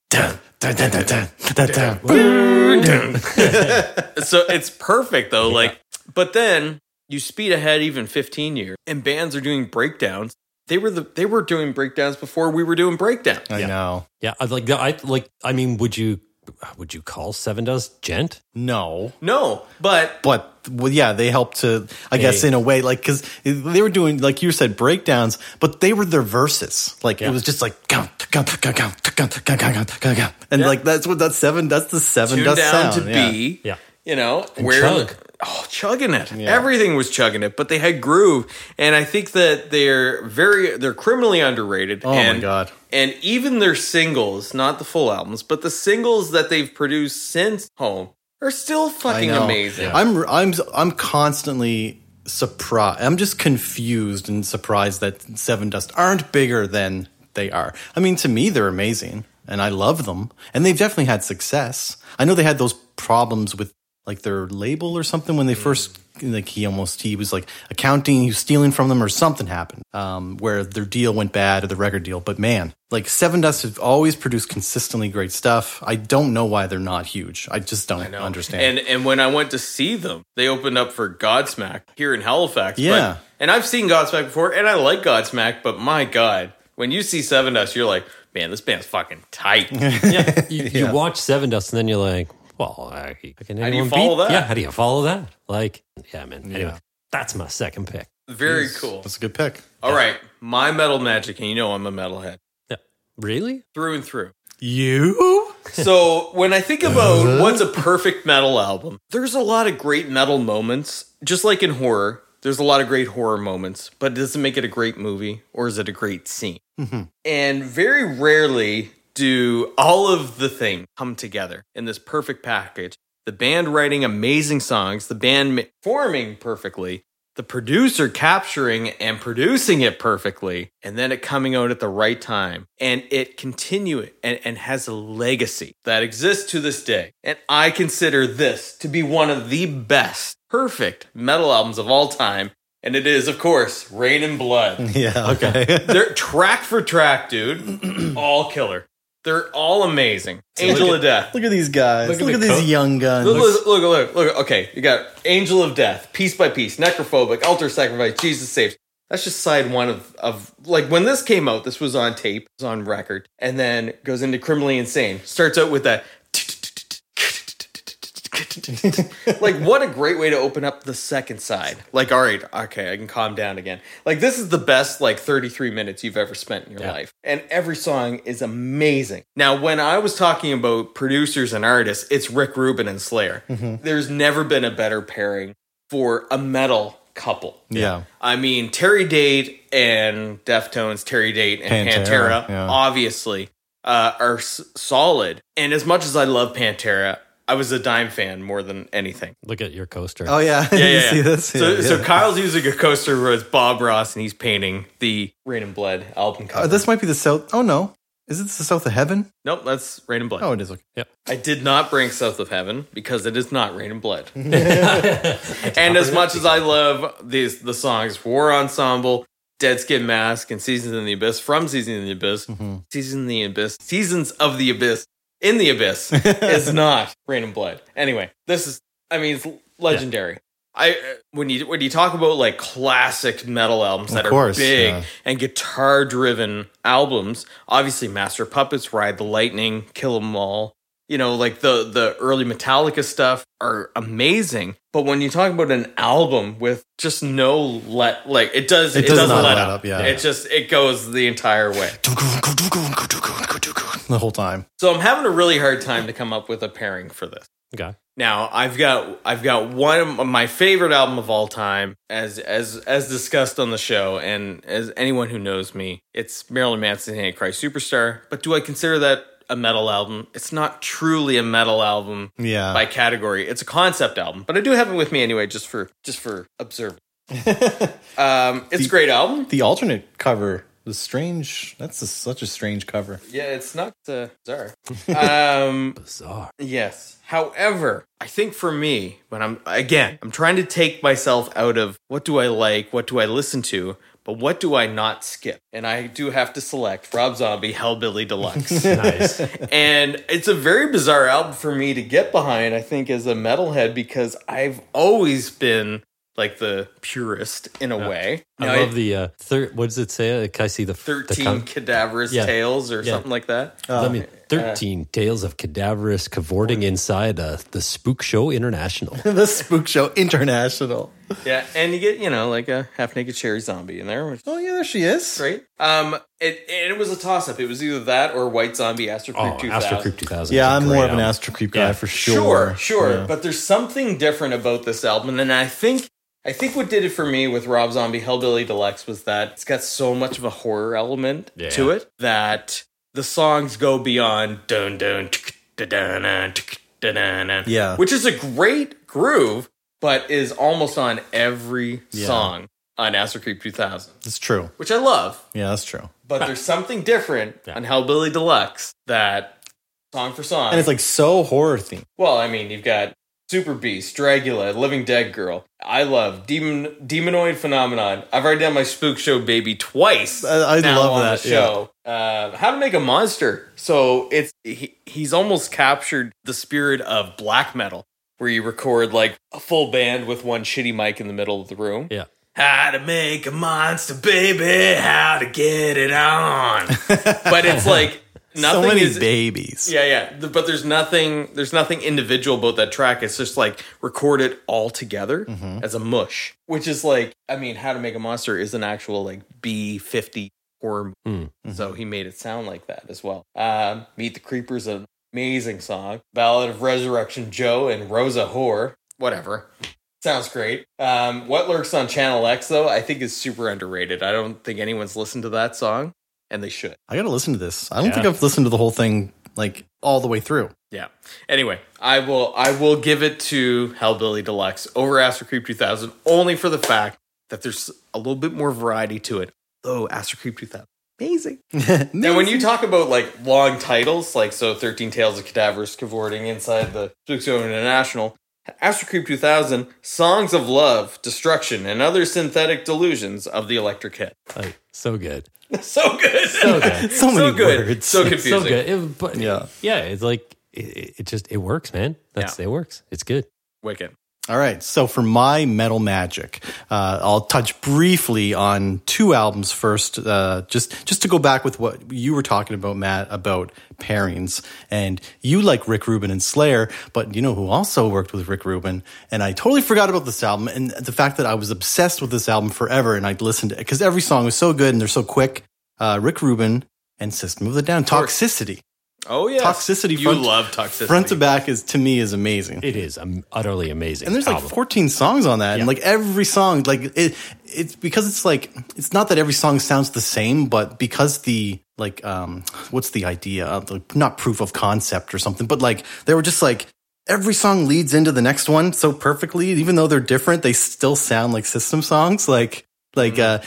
B: dun, dun, dun, dun, dun, da, dun.
A: so it's perfect though. Like but then you speed ahead even 15 years, and bands are doing breakdowns. They were the they were doing breakdowns before we were doing breakdowns.
B: I know.
C: Yeah, I like I like I mean, would you would you call Seven Dust gent?
B: No.
A: No, but
B: But well, yeah, they helped to, I guess, in a way, like because they were doing, like you said, breakdowns, but they were their verses. Like it was just like, "Gum, gum, gum, gum, gum, gum, gum, gum, gum, gum." and like that's what that seven, that's the seven
A: Tune
B: dust
A: down
B: sound.
A: to
B: yeah.
A: B.
C: Yeah.
A: You know, where
C: chug.
A: oh, chugging it. Everything was chugging it, but they had groove, and I think that they're very they're criminally underrated.
B: Oh my
A: and,
B: God.
A: And even their singles, not the full albums, but the singles that they've produced since Home are still
B: I
A: fucking
B: know.
A: amazing.
B: I'm I'm I'm constantly surprised. I'm just confused and surprised that Seven Dust aren't bigger than they are. I mean, to me, they're amazing, and I love them, and they've definitely had success. I know they had those problems with like their label or something when they
A: Mm.
B: first like he almost he was like accounting he was stealing from them or something happened um where their deal went bad or the record deal but man like seven dust have always produced consistently great stuff i don't know why they're not huge i just don't
A: No.
B: understand
A: And and when I went to see them, they opened up for Godsmack here in Halifax. but-
B: Yeah.
A: and I've seen Godsmack before, and I like Godsmack, but my God, when you see Seven Dust, you're like, man, this band's fucking tight.
C: Yeah, you, you watch Seven Dust and then you're like, well, I, can
A: you
C: anyone
A: follow
C: beat?
A: that?
C: Yeah, how do you follow that? Like, yeah, man. Anyway, that's my second pick.
A: Very cool.
B: That's a good pick.
A: All right, my metal magic, and you know I'm a metalhead
C: Yeah. Really?
A: through and through.
B: You?
A: So when I think about what's a perfect metal album, there's a lot of great metal moments, just like in horror. There's a lot of great horror moments, but does it make it a great movie or is it a great scene? And very rarely do all of the things come together in this perfect package. The band writing amazing songs, the band ma- forming perfectly, the producer capturing and producing it perfectly, and then it coming out at the right time. And it continuing and, and has a legacy that exists to this day. And I consider this to be one of the best, perfect metal albums of all time. And it is, of course, Rain and Blood.
B: Yeah, okay.
A: They're track for track, dude. all killer. They're all amazing. Angel of Death.
B: look at these guys.
A: Look
B: Look
A: at
B: at,
A: the
B: these
A: coat.
B: young guns.
A: Look, look, look, look, look. Okay, you got Angel of Death, Piece by Piece, Necrophobic, Altar Sacrifice, Jesus Saves. That's just side one of, of like when this came out, this was on tape, it was on record, and then goes into Criminally Insane. Starts out with that. like what a great way to open up the second side. Like, all right, okay, I can calm down again. Like this is the best like 33 minutes you've ever spent in your life. And every song is amazing. Now, when I was talking about producers and artists, it's Rick Rubin and Slayer. There's never been a better pairing for a metal couple.
B: yeah.
A: I mean, Terry Date and Deftones, Terry Date and Pantera,
B: Pantera, yeah.
A: obviously, uh, are s- solid. And as much as I love Pantera, I was a Dime fan more than anything.
C: Look at your coaster.
B: Oh yeah,
A: Yeah,
B: you
A: yeah.
B: see
A: yeah.
B: this?
A: So,
B: Yeah,
A: so
B: yeah.
A: Kyle's using a coaster with Bob Ross, and he's painting the Rain and Blood album cover.
B: Uh, this might be the south. Oh no, is it the south of heaven?
A: nope, that's Rain and Blood.
B: Oh, it is. Okay.
A: I did not bring South of Heaven because it is not Rain and Blood. and as much as I love these the songs War Ensemble, Dead Skin Mask, and Seasons in the Abyss, from Seasons in the Abyss,
B: Mm-hmm.
A: Seasons in the Abyss, Seasons of the Abyss, in the Abyss is not Rain and Blood. Anyway, this is I mean it's legendary. I uh, when you when you talk about like classic metal albums that
B: course,
A: are big
B: yeah.
A: and guitar driven albums, obviously Master of Puppets, Ride the Lightning, Kill 'Em All, you know, like the the early Metallica stuff are amazing. But when you talk about an album with just no let, like it does, it,
B: does
A: does not
B: not
A: let
B: let
A: up.
B: up, yeah.
A: it just it goes the entire way.
B: The whole time.
A: So I'm having a really hard time to come up with a pairing for this.
C: Okay.
A: Now I've got I've got one of my favorite album of all time, as as as discussed on the show, and as anyone who knows me, it's Marilyn Manson's "Hey Christ Superstar." But do I consider that a metal album? It's not truly a metal album
B: Yeah.
A: by category. It's a concept album, but I do have it with me anyway, just for just for observing. um, it's a great album.
B: the alternate cover was strange. That's a, such a strange cover.
A: Yeah, it's not uh, bizarre. Um,
C: Bizarre.
A: Yes. However, I think for me, when I'm again, I'm trying to take myself out of what do I like, what do I listen to, but what do I not skip? And I do have to select Rob Zombie Hellbilly Deluxe.
C: Nice.
A: and it's a very bizarre album for me to get behind, I think, as a metalhead, because I've always been like the purist in a way. Now,
C: I love the uh, thir- what does it say? Uh, Can I see the The
A: 13
C: con-
A: cadaverous
C: Yeah.
A: tales or
C: Yeah. Uh,
A: something like that.
B: oh,
C: Let
B: uh,
C: me. Thirteen tales of cadaverous cavorting inside uh, the Spook Show International.
B: the Spook Show International.
A: Yeah, and you get, you know, like a half naked cherry zombie in there, which
B: Oh yeah, there she is.
A: right? Um, it and it was a toss up. It was either that or White Zombie Astro Creep
C: Oh,
A: 2000.
C: Astro Creep 2000.
B: Yeah,
C: is a
B: I'm
C: great
B: more of an
C: album.
B: Astro Creep guy
C: Yeah.
B: for
A: Sure,
B: sure.
A: sure.
B: Yeah.
A: But there's something different about this album, and I think I think what did it for me with Rob Zombie Hellbilly Deluxe was that it's got so much of a horror element
C: Yeah.
A: to it that the songs go beyond dun dun tsk, da, dun dun, tsk, da, dun dun.
B: Yeah.
A: which is a great groove, but is almost on every song on Astro Creep 2000,
B: it's true.
A: which I love.
B: Yeah, that's true.
A: but there's something different on Hellbilly Deluxe that song for song.
B: And it's like so horror themed.
A: well, I mean, you've got Super Beast, Dragula, Living Dead Girl. I love Demon Demonoid Phenomenon. I've already done my Spook Show Baby twice.
B: I- I
A: now
B: love
A: on
B: that,
A: the
B: yeah.
A: show. Uh, How to Make a Monster. So it's he, he's almost captured the spirit of black metal, where you record like a full band with one shitty mic in the middle of the room.
C: Yeah.
A: How to make a monster, baby. How to get it on. but it's like nothing
B: so many
A: is.
B: babies.
A: yeah, yeah. Th- But there's nothing. There's nothing individual about that track. It's just like record it all together as a mush, which is like. I mean, How to Make a Monster is an actual like B fifty horror. movie. So he made it sound like that as well. Um, Meet the Creepers, an amazing song. Ballad of Resurrection Joe and Rosa Whore. Whatever. Sounds great. Um, what lurks on Channel X though, I think is super underrated. I don't think anyone's listened to that song, and they should.
B: I gotta listen to this. I don't
C: Yeah.
B: think I've listened to the whole thing like all the way through.
A: Yeah. Anyway, I will I will give it to Hellbilly Deluxe over Astro Creep 2000 only for the fact that there's a little bit more variety to it. Though Astro Creep 2000 amazing. Now, when you talk about like long titles, like so 13 Tales of Cadavers Cavorting Inside the Spooks of International, Astro Creep 2000, Songs of Love, Destruction, and Other Synthetic Delusions of the Electric Head.
C: Like, so good.
A: So good.
C: So good.
B: so many
A: so good.
B: words.
A: So
C: It's
A: confusing.
C: so good. It- but
B: Yeah.
C: yeah, yeah. It's like it- it, it just it works, man. That's
A: Yeah.
C: it works. It's good.
A: Wicked.
B: All right. So for my metal magic, uh, I'll touch briefly on two albums first. Uh, just just to go back with what you were talking about, Matt, about pairings, and you like Rick Rubin and Slayer, but you know who also worked with Rick Rubin, and I totally forgot about this album and the fact that I was obsessed with this album forever, and I'd listened to it because every song was so good and they're so quick. Uh, Rick Rubin and System of a Down, Toxicity.
A: Oh, yeah.
B: Toxicity
A: You
B: front-
A: love toxicity.
B: Front to back is to me is amazing.
C: It is um, utterly amazing.
B: and there's like
C: album.
B: 14 songs on that and like every song like it it's because it's like it's not that every song sounds the same but because the like um what's the idea Uh, the, not proof of concept or something but like they were just like every song leads into the next one so perfectly. Even though they're different, they still sound like system songs. Like like uh,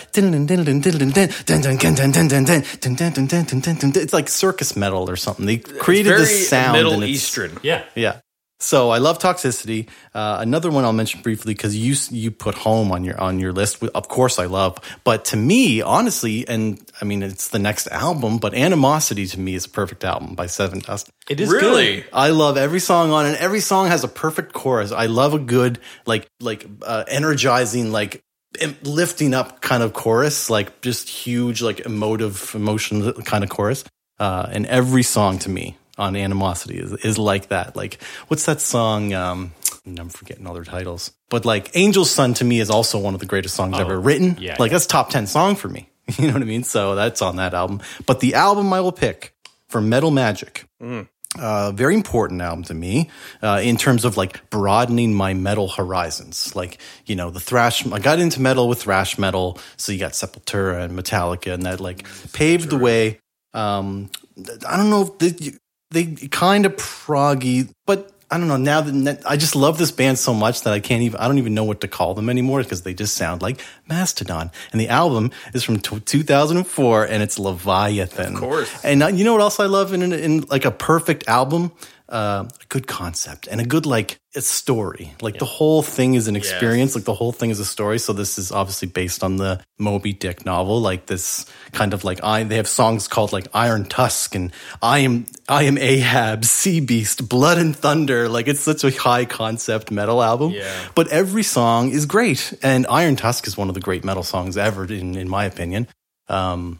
B: it's like circus metal or something. They created
A: Very
B: this sound. and
A: Middle
B: it's-
A: Eastern.
C: Yeah.
B: yeah. So I love toxicity. Uh, another one I'll mention briefly because you you put home on your on your list. Of course, I love, but to me, honestly, and I mean, it's the next album. But animosity to me is a perfect album by Seven Dust.
C: It is
A: Really?
C: good.
B: I love every song on, and every song has a perfect chorus. I love a good like like uh, energizing like em- lifting up kind of chorus, like just huge like emotive emotion kind of chorus. Uh, and every song to me on Animosity is is like that. Like what's that song? Um, and I'm forgetting all their titles, but like Angel's Son to me is also one of the greatest songs ever written.
C: yeah,
B: like
C: yeah.
B: that's top ten song for me. You know what I mean? So that's on that album. But the album I will pick for Metal Magic
C: Mm.
B: uh, very important album to me uh, in terms of like broadening my metal horizons. Like, you know, the thrash, I got into metal with thrash metal. So you got Sepultura and Metallica, and that like paved the way. Um, I don't know if they, they kind of proggy, but I don't know. Now that I just love this band so much that I can't even, I don't even know what to call them anymore because they just sound like Mastodon. And the album is from t- 2004 and it's Leviathan. Of
A: course.
B: And uh, you know what else I love in, in, in like a perfect album? Uh, a good concept and a good like a story. Like the whole thing is an experience. Like the whole thing is a story. So this is obviously based on the Moby Dick novel. Like this kind of like I they have songs called like Iron Tusk and I am I am Ahab, Sea Beast, Blood and Thunder. Like it's such a high concept metal album.
A: Yeah.
B: But every song is great. And Iron Tusk is one of the great metal songs ever, in, in my opinion. Um,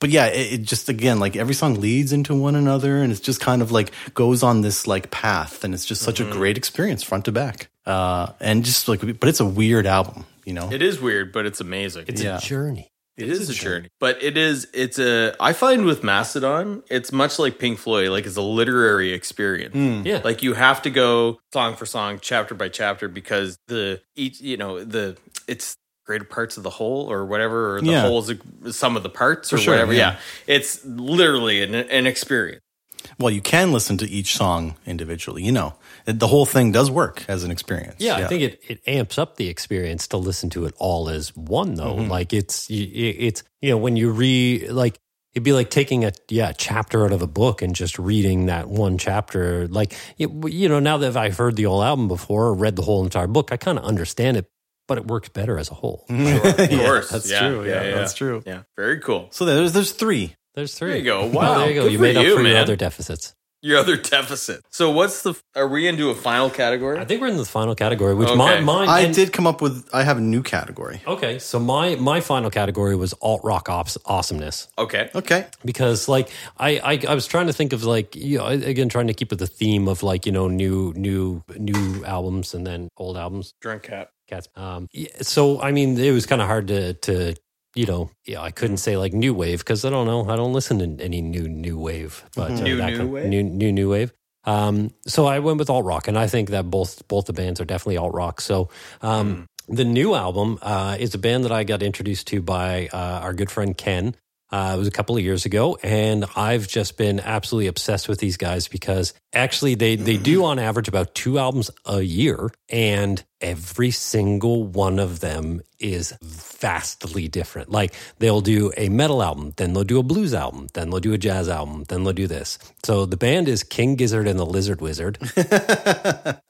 B: but yeah, it, it just again, like every song leads into one another and it's just kind of like goes on this like path. And it's just
C: Mm-hmm.
B: such a great experience front to back. Uh, and just like, but it's a weird album, you know?
A: It is weird, but it's amazing.
C: It's
B: Yeah.
C: a journey.
A: It is a journey, but it is it's a. I find with Mastodon, it's much like Pink Floyd, like it's a literary experience.
B: Hmm.
C: Yeah.
A: Like you have to go song for song, chapter by chapter, because the each you know the it's greater parts of the whole or whatever, or the
B: Yeah.
A: whole is a- some of the parts or
B: sure,
A: whatever.
B: yeah.
A: Yeah. it's literally an, an experience.
B: well, you can listen to each song individually, you know? It- the whole thing does work as an experience.
C: Yeah, I think it, it amps up the experience to listen to it all as one though.
A: Mm-hmm.
C: Like it's y- y- it's you know when you re like it'd be like taking a yeah chapter out of a book and just reading that one chapter. Like it, you know now that I've heard the whole album before, or read the whole entire book, I kind of understand it, but it works better as a whole.
A: Of
B: Yeah,
A: course,
B: that's
A: Yeah,
B: true. Yeah, that's true.
A: Yeah, very cool.
B: So there's, there's three.
C: There's three.
A: There you go.
C: Wow,
A: Wow,
C: there you go.
A: Good
C: You
A: for
C: made up
A: you,
C: for
A: man.
C: your other deficits.
A: your other deficit. So what's the? Are we into a final category?
C: I think we're in the final category, which my
A: Okay.
C: mine
B: I
C: and-
B: did come up with, I have a new category.
C: Okay, so my my final category was alt rock ops awesomeness.
A: okay.
B: Okay.
C: because like I, I i was trying to think of like you know again trying to keep with the theme of like you know new new new albums and then old albums
A: Drunk cap.
C: cats um yeah, so i mean it was kind of hard to to you know yeah i couldn't say like new wave because i don't know i don't listen to any new new wave but uh,
A: Mm-hmm. New
C: that
A: new
C: kind of-
A: wave?
C: new new new wave um so i went with alt rock and i think that both both the bands are definitely alt rock so um
A: Mm.
C: the new album uh is a band that i got introduced to by uh, our good friend ken uh, it was a couple of years ago, and I've just been absolutely obsessed with these guys because actually they they
A: Mm.
C: do on average about two albums a year, and every single one of them is vastly different. Like they'll do a metal album, then they'll do a blues album, then they'll do a jazz album, then they'll do this. So the band is King Gizzard and the Lizard Wizard,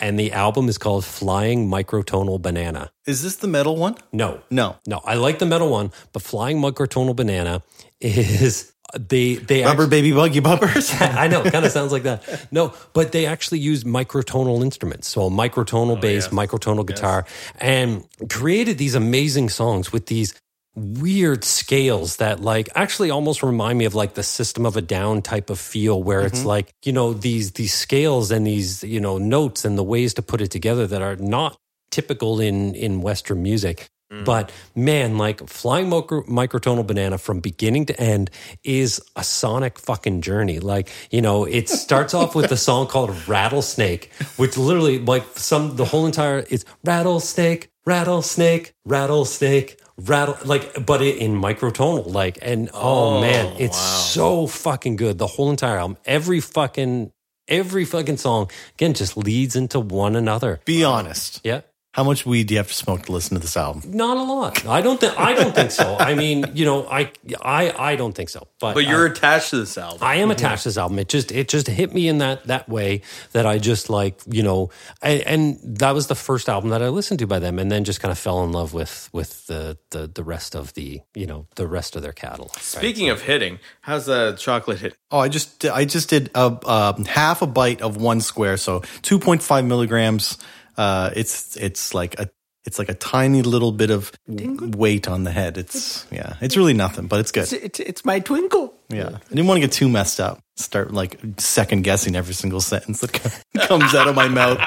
C: and the album is called Flying Microtonal Banana.
B: Is this the metal one?
C: No,
B: No.
C: no, I like the metal one, but flying microtonal banana is they they
B: Rubber
C: actu-
B: baby buggy bumpers?
C: I know, kind of sounds like that. No, but they actually use microtonal instruments, so a microtonal bass, microtonal guitar, and created these amazing songs with these weird scales that like actually almost remind me of like the system of a down type of feel where it's like you know these these scales and these you know notes and the ways to put it together that are not typical in in western music but man like flying micro, microtonal banana from beginning to end is a sonic fucking journey like you know it starts off with a song called rattlesnake which literally like some the whole entire it's rattlesnake rattlesnake rattlesnake rattle like but it, in microtonal like and oh, man it's so fucking good the whole entire album every fucking Every fucking song, again, just leads into one another.
B: Be honest.
C: Yeah.
B: How much weed do you have to smoke to listen to this album?
C: Not a lot. I don't think. I don't think so. I mean, you know, I, I, I don't think so. But,
A: But you're
C: I-
A: attached to this album.
C: I am attached to this album. It just it just hit me in that that way that I just like you know, I, and that was the first album that I listened to by them, and then just kind of fell in love with with the the, the rest of the you know the rest of their catalog.
A: Speaking of hitting, how's the chocolate hit?
B: Oh, I just I just did a, um half a bite of one square, so two point five milligrams. Uh, it's it's like a it's like a tiny little bit of weight on the head. It's yeah, it's really nothing, but it's good.
A: It's, it's my twinkle.
B: Yeah, I didn't want to get too messed up. Start like second guessing every single sentence that co- comes out of my mouth.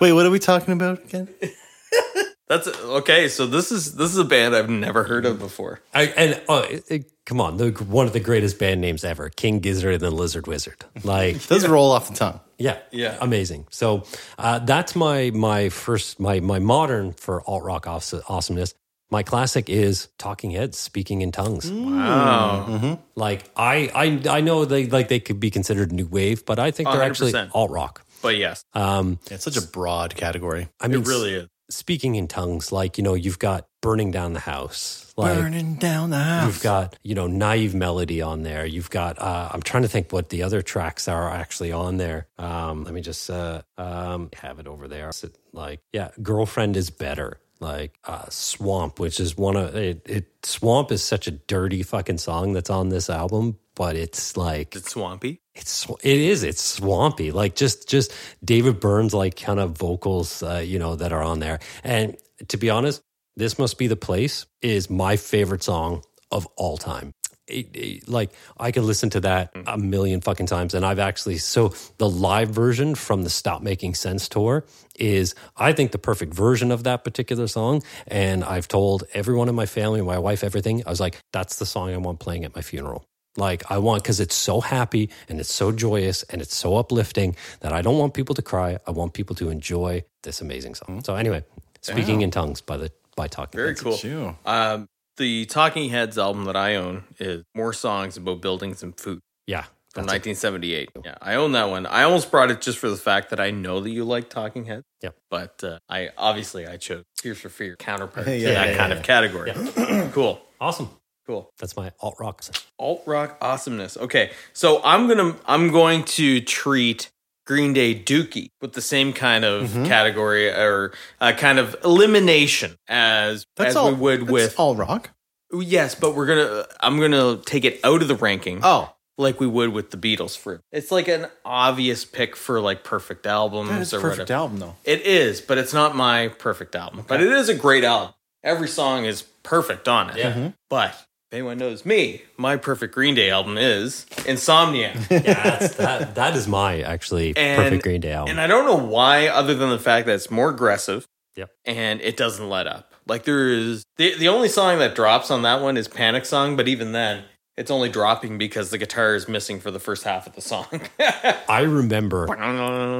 B: Wait, what are we talking about again?
A: That's okay. So this is this is a band I've never heard of before.
C: I, and uh, it, it- come on, the, one of the greatest band names ever, King Gizzard and the Lizard Wizard. Like
B: Does roll off the tongue.
C: Yeah,
A: Yeah.
C: amazing. So uh, that's my my first my my modern for alt rock awes- awesomeness. My classic is Talking Heads, speaking in tongues.
A: Mm. Wow.
C: Like I I I know they like they could be considered new wave, but I think they're actually
A: 100%.
C: alt rock.
A: But yes,
C: Um,
B: It's such a broad category.
C: I mean,
A: it really is.
C: s- speaking in tongues, like you know, you've got burning down the house, like
B: Burning down the house.
C: You've got, you know, Naive Melody on there. You've got, uh, I'm trying to think what the other tracks are actually on there. Um, let me just uh, um, have it over there. Is it like, yeah, Girlfriend is Better. Like uh, Swamp, which is one of it, it. Swamp is such a dirty fucking song that's on this album, but it's like
A: It's swampy.
C: it's sw- it is it's swampy like just just david burns like kind of vocals uh, you know that are on there and to be honest this must be the place is my favorite song of all time It- it- like i could listen to that a million fucking times and i've actually so the live version from the stop making sense tour is i think the perfect version of that particular song and i've told everyone in my family my wife everything i was like that's the song i want playing at my funeral like I want because it's so happy and it's so joyous and it's so uplifting that I don't want people to cry. I want people to enjoy this amazing song. So anyway, speaking in tongues by the by talking.
A: Hmm. Very
C: Heads.
A: cool.
B: you.
A: Um, the Talking Heads album that I own is more songs about buildings and food
C: Yeah.
A: from
C: that's it.
A: 1978. Yeah, I own that one. I almost brought it just for the fact that I know that you like Talking Heads.
C: Yep.
A: But uh, I obviously I chose Tears for Fear counterpart
B: Hey,
A: to
B: yeah,
A: that
B: yeah,
A: kind
B: yeah.
A: of category. cool.
C: Awesome.
A: Cool.
C: That's my alt rock.
A: alt rock awesomeness. Okay, so I'm gonna I'm going to treat Green Day Dookie with the same kind of
B: Mm-hmm.
A: category or uh, kind of elimination as as we would
B: that's
A: with
B: all rock.
A: yes, but we're gonna I'm gonna take it out of the ranking
B: Oh,
A: like we would with the Beatles. For it's like an obvious pick for like perfect albums
B: that's
A: or
B: a perfect
A: whatever.
B: album though.
A: It is, but it's not my perfect album. But it is a great album. Every song is perfect on it. Yeah.
C: Mm-hmm.
A: But if anyone knows me, my perfect Green Day album is Insomnia.
C: Yeah, that's, that that is my actually perfect Green Day album.
A: And I don't know why, other than the fact that it's more aggressive.
C: Yep.
A: And it doesn't let up. Like there is the the only song that drops on that one is Panic Song, but even then, it's only dropping because the guitar is missing for the first half of the song.
C: I remember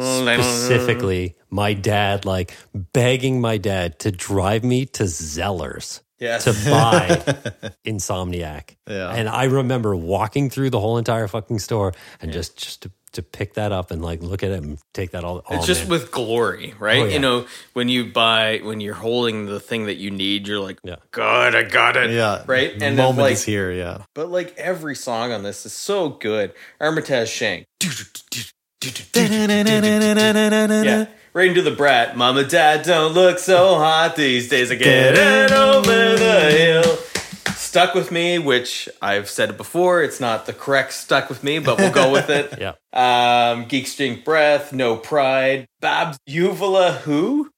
C: specifically my dad like begging my dad to drive me to Zellers
A: Yes.
C: to buy Insomniac.
B: Yeah.
C: And I remember walking through the whole entire fucking store and just just to, to pick that up and like look at it and take that all.
A: It's
C: oh,
A: just
C: man.
A: with glory, right?
C: Oh, yeah.
A: You know, when you buy, when you're holding the thing that you need, you're like,
C: Yeah.
A: God, I got it.
B: Yeah,
A: Right?
B: The
A: And then,
B: moment
A: like,
B: is here. Yeah,
A: but like every song on this is so good. Armitage Shank. Yeah. Right into the brat. Mama, dad, don't look so hot these days. I get it over the hill. Stuck with me, which I've said it before, it's not the correct stuck with me, but we'll go with it.
C: yeah.
A: Um, Geeks Drink Breath, No Pride, Babs Uvala Who?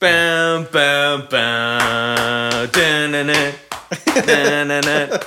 A: bam, bam, bam. Dun-dun-dun. Dun-dun-dun.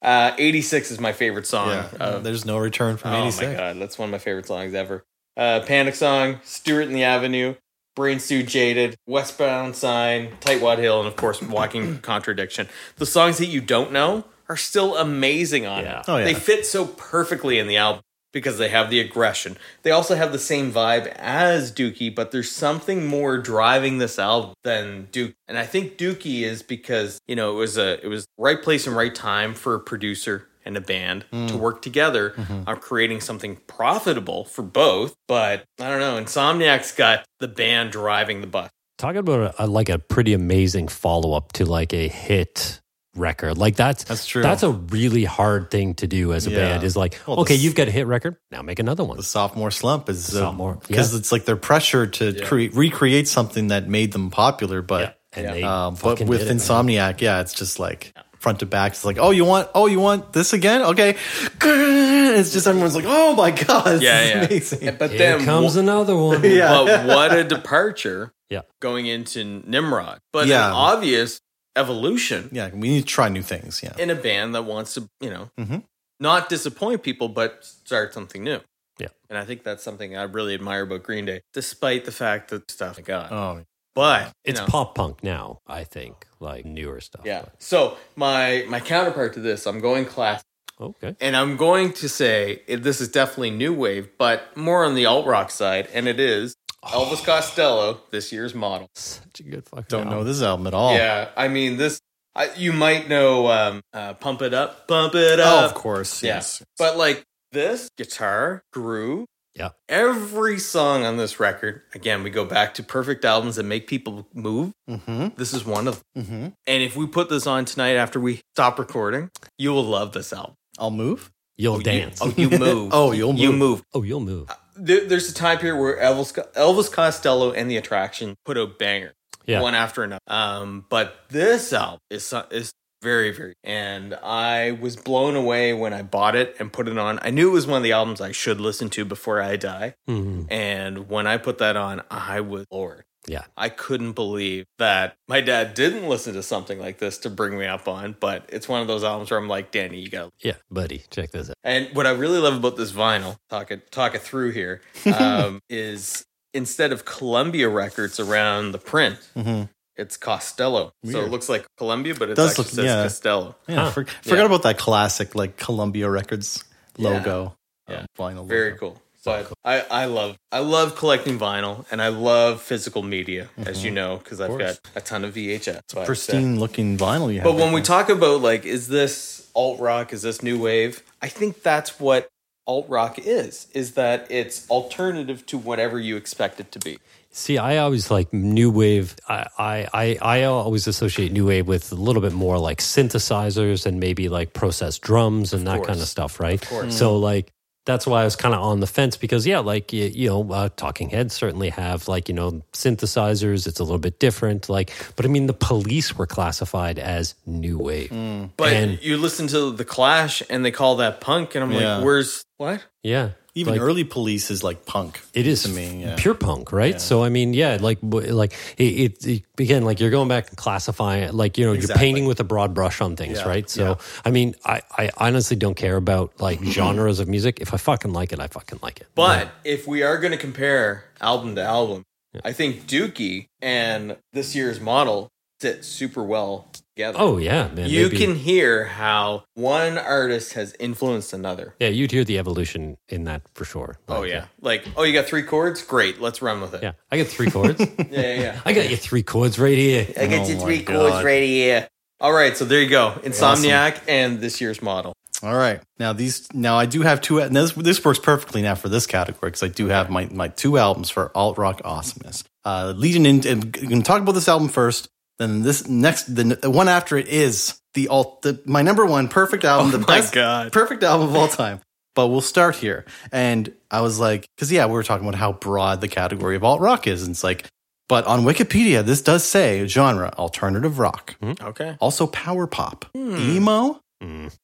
A: Uh, 86 is my favorite song.
B: yeah.
A: of-
B: There's no return from
A: Um, oh my
B: '86.
A: god, that's one of my favorite songs ever. Uh, Panic Song, Stuart in the Avenue, Brain Stew Jaded, Westbound Sign, Tightwad Hill, and of course Walking Contradiction. The songs that you don't know are still amazing on it.
B: Oh, yeah.
A: They fit so perfectly in the album because they have the aggression. They also have the same vibe as Dookie, but there's something more driving this album than Duke. And I think Dookie is because, you know, it was a it was right place and right time for a producer and a band
C: Hmm.
A: to work together
C: Mm-hmm.
A: on creating something profitable for both. But I don't know, Insomniac's got the band driving the bus.
C: Talking about a, like a pretty amazing follow up to like a hit record. Like that's
B: That's true.
C: That's a really hard thing to do as a
B: Yeah.
C: band. Is like
B: Well,
C: okay,
B: this-
C: you've got a hit record. Now make another one.
B: The sophomore slump is
C: Sophomore,
B: because
C: yeah.
B: it's like their pressure to create recreate something that made them popular, but
C: And they
B: um, but
C: fucking
B: with
C: did it, man.
B: Insomniac, yeah, it's just like front to back. It's like, oh, you want, oh, you want this again? Okay, it's just everyone's like, oh my god, this
A: Yeah,
B: is
A: yeah.
B: amazing.
A: But
C: Here
A: then
C: comes another one.
A: but what a departure
C: Yeah.
A: going into Nimrod. But
B: Yeah.
A: an obvious evolution
B: Yeah, we need to try new things. Yeah,
A: in a band that wants to, you know,
B: Mhm.
A: not disappoint people, but start something new.
C: Yeah.
A: And I think that's something I really admire about Green Day, despite the fact that stuff I got.
B: oh,
A: but you
C: It's
A: know,
C: pop punk now, I think, like newer stuff.
A: Yeah. So my my counterpart to this, I'm going class,
C: but- okay.
A: and I'm going to say eh, this is definitely new wave, but more on the alt rock side, and it is
C: Oh.
A: Elvis Costello, this year's model.
C: Such a good fucking.
B: don't
C: album.
B: know this album at all.
A: Yeah, I mean this. I, you might know um, uh, "Pump It Up," "Pump It Up."
B: Oh, of course.
A: Uh, Yeah.
B: Yes.
A: But like this guitar groove.
C: Yeah.
A: Every song on this record, again, we go back to perfect albums that make people move.
B: Mm-hmm.
A: This is one of them.
B: Mm-hmm.
A: And if we put this on tonight after we stop recording, you will love this album.
B: I'll move.
C: You'll dance.
A: Oh, uh, you move.
B: Oh, you'll
A: You
B: move.
A: move.
C: oh, you'll move.
A: There, there's a time period where Elvis, Elvis Costello and The Attraction put out banger,
C: Yeah.
A: one after another. Um, but this album is so- is very very, and I was blown away when I bought it and put it on. I knew it was one of the albums I should listen to before I die,
C: Mhm.
A: and when I put that on, I was floored.
C: Yeah.
A: I couldn't believe that my dad didn't listen to something like this to bring me up on, but it's one of those albums where I'm like, Danny, you got to
C: Yeah, buddy, check this out.
A: and what I really love about this vinyl, talk it talk it through here, um, is instead of Columbia Records around the print,
B: Mm-hmm.
A: it's Costello. So
B: Weird.
A: it looks like Columbia, but it
B: Does
A: actually
B: look-
A: says
B: yeah.
A: Costello.
B: Yeah,
C: Huh.
B: for, forgot about that classic like Columbia Records
A: Yeah.
B: logo.
A: Yeah.
B: um, vinyl.
A: Very
B: logo.
A: cool. But I, I love I love collecting vinyl and I love physical media, as you know, because I've
B: Mm-hmm. course.
A: got a ton of VHS. But, uh,
B: pristine looking vinyl you have.
A: But when we
B: there.
A: talk about like, is this alt rock? Is this new wave? I think that's what alt rock is. Is that it's alternative to whatever you expect it to be.
C: See, I always like new wave. I, I, I, I always associate new wave with a little bit more like synthesizers and maybe like processed drums and that kind of
A: course.
C: stuff, right? So like that's why I was kind of on the fence because yeah, like you, you know, uh, Talking Heads certainly have like you know synthesizers. It's a little bit different, like, but I mean, the Police were classified as new wave.
A: But
C: And-
A: you listen to the Clash and they call that punk, and I'm
B: Yeah.
A: like, "Where's what?"
C: Yeah,
B: even
C: like-
B: early police is like punk.
C: It is
B: to me. Yeah.
C: pure punk, right? So I mean, yeah, like w- like it, it, it again, like you're going back and classifying, like you know,
B: Exactly.
C: you're painting with a broad brush on things,
B: Yeah,
C: right? So I mean, I, I honestly don't care about like genres of music. If I fucking like it, I fucking like it.
A: But if we are going to compare album to album, I think Dookie and this year's model sit super well together.
C: oh yeah, man,
A: you
C: maybe-
A: can hear how one artist has influenced another.
C: yeah, you'd hear the evolution in that for sure.
A: Oh
C: Like,
A: yeah, like oh, you got three chords? Great, let's run with it.
C: yeah. I got three chords.
A: yeah, yeah. yeah.
C: I got you three chords right here.
A: I get
B: Oh
A: you
B: my
A: three chords
B: God.
A: right here. All right, so there you go, Insomniac and this year's model.
B: All right. Now these. Now I do have two. Now this, this works perfectly now for this category because I do have my my two albums for alt rock awesomeness. Uh, leading in, and we can talk about this album first. Then this next, the n- one after it is the alt. The, my number one perfect album. the
A: Oh my
B: best
A: God.
B: perfect album of all time. But we'll start here. And I was like, because yeah, we were talking about how broad the category of alt rock is, and it's like, but on Wikipedia, this does say genre alternative rock,
A: Okay.
B: also power pop,
A: Hmm.
B: emo,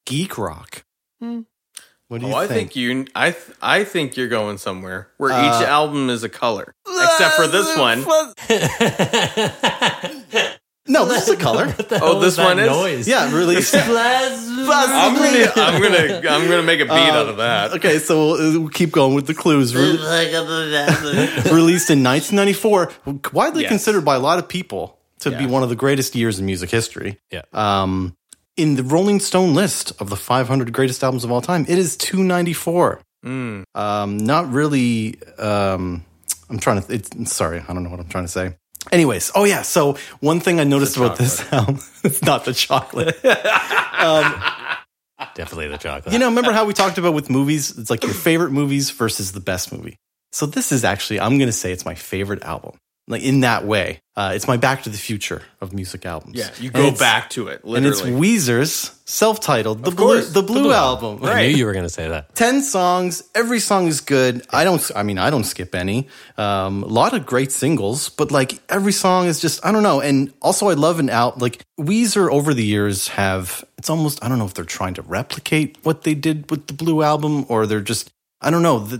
B: geek rock. Hmm. What do
A: Oh,
B: you
A: I
B: think?
A: think you. I th- I think you're going somewhere where
B: Uh,
A: each album is a color, except for this one.
B: no, this is a color.
A: Oh, this one is.
B: yeah, released.
A: I'm gonna, I'm gonna, I'm gonna make a beat out of that.
B: okay, so we'll, we'll keep going with the clues. Re- released in 1994, widely
A: Yes.
B: considered by a lot of people to be one of the greatest years in music history.
C: Yeah.
B: Um, in the Rolling Stone list of the 500 greatest albums of all time, it is 294.
A: Mm.
B: Um, not really. Um, I'm trying to. It's sorry, I don't know what I'm trying to say. Anyways, oh yeah. So one thing I noticed about this album, it's not the chocolate. um,
C: Definitely the chocolate.
B: You know, remember how we talked about with movies? It's like your favorite movies versus the best movie. So this is actually, I'm going to say it's my favorite album. Like in that way, uh, it's my Back to the Future of music albums.
A: Yeah, you
B: And
A: go
B: it's-
A: back to it.
B: And it's
A: Literally,
B: Weezer's self-titled the
A: Of
B: blue,
A: course,
B: the blue album.
C: I knew you were going to say that.
B: Ten songs. Every song is good. I don't. I mean, I don't skip any. Um, a lot of great singles, but like every song is just. I don't know. And also, I love an out like Weezer. Over the years, have it's almost. I don't know if they're trying to replicate what they did with the Blue album, or they're just. I don't know. The,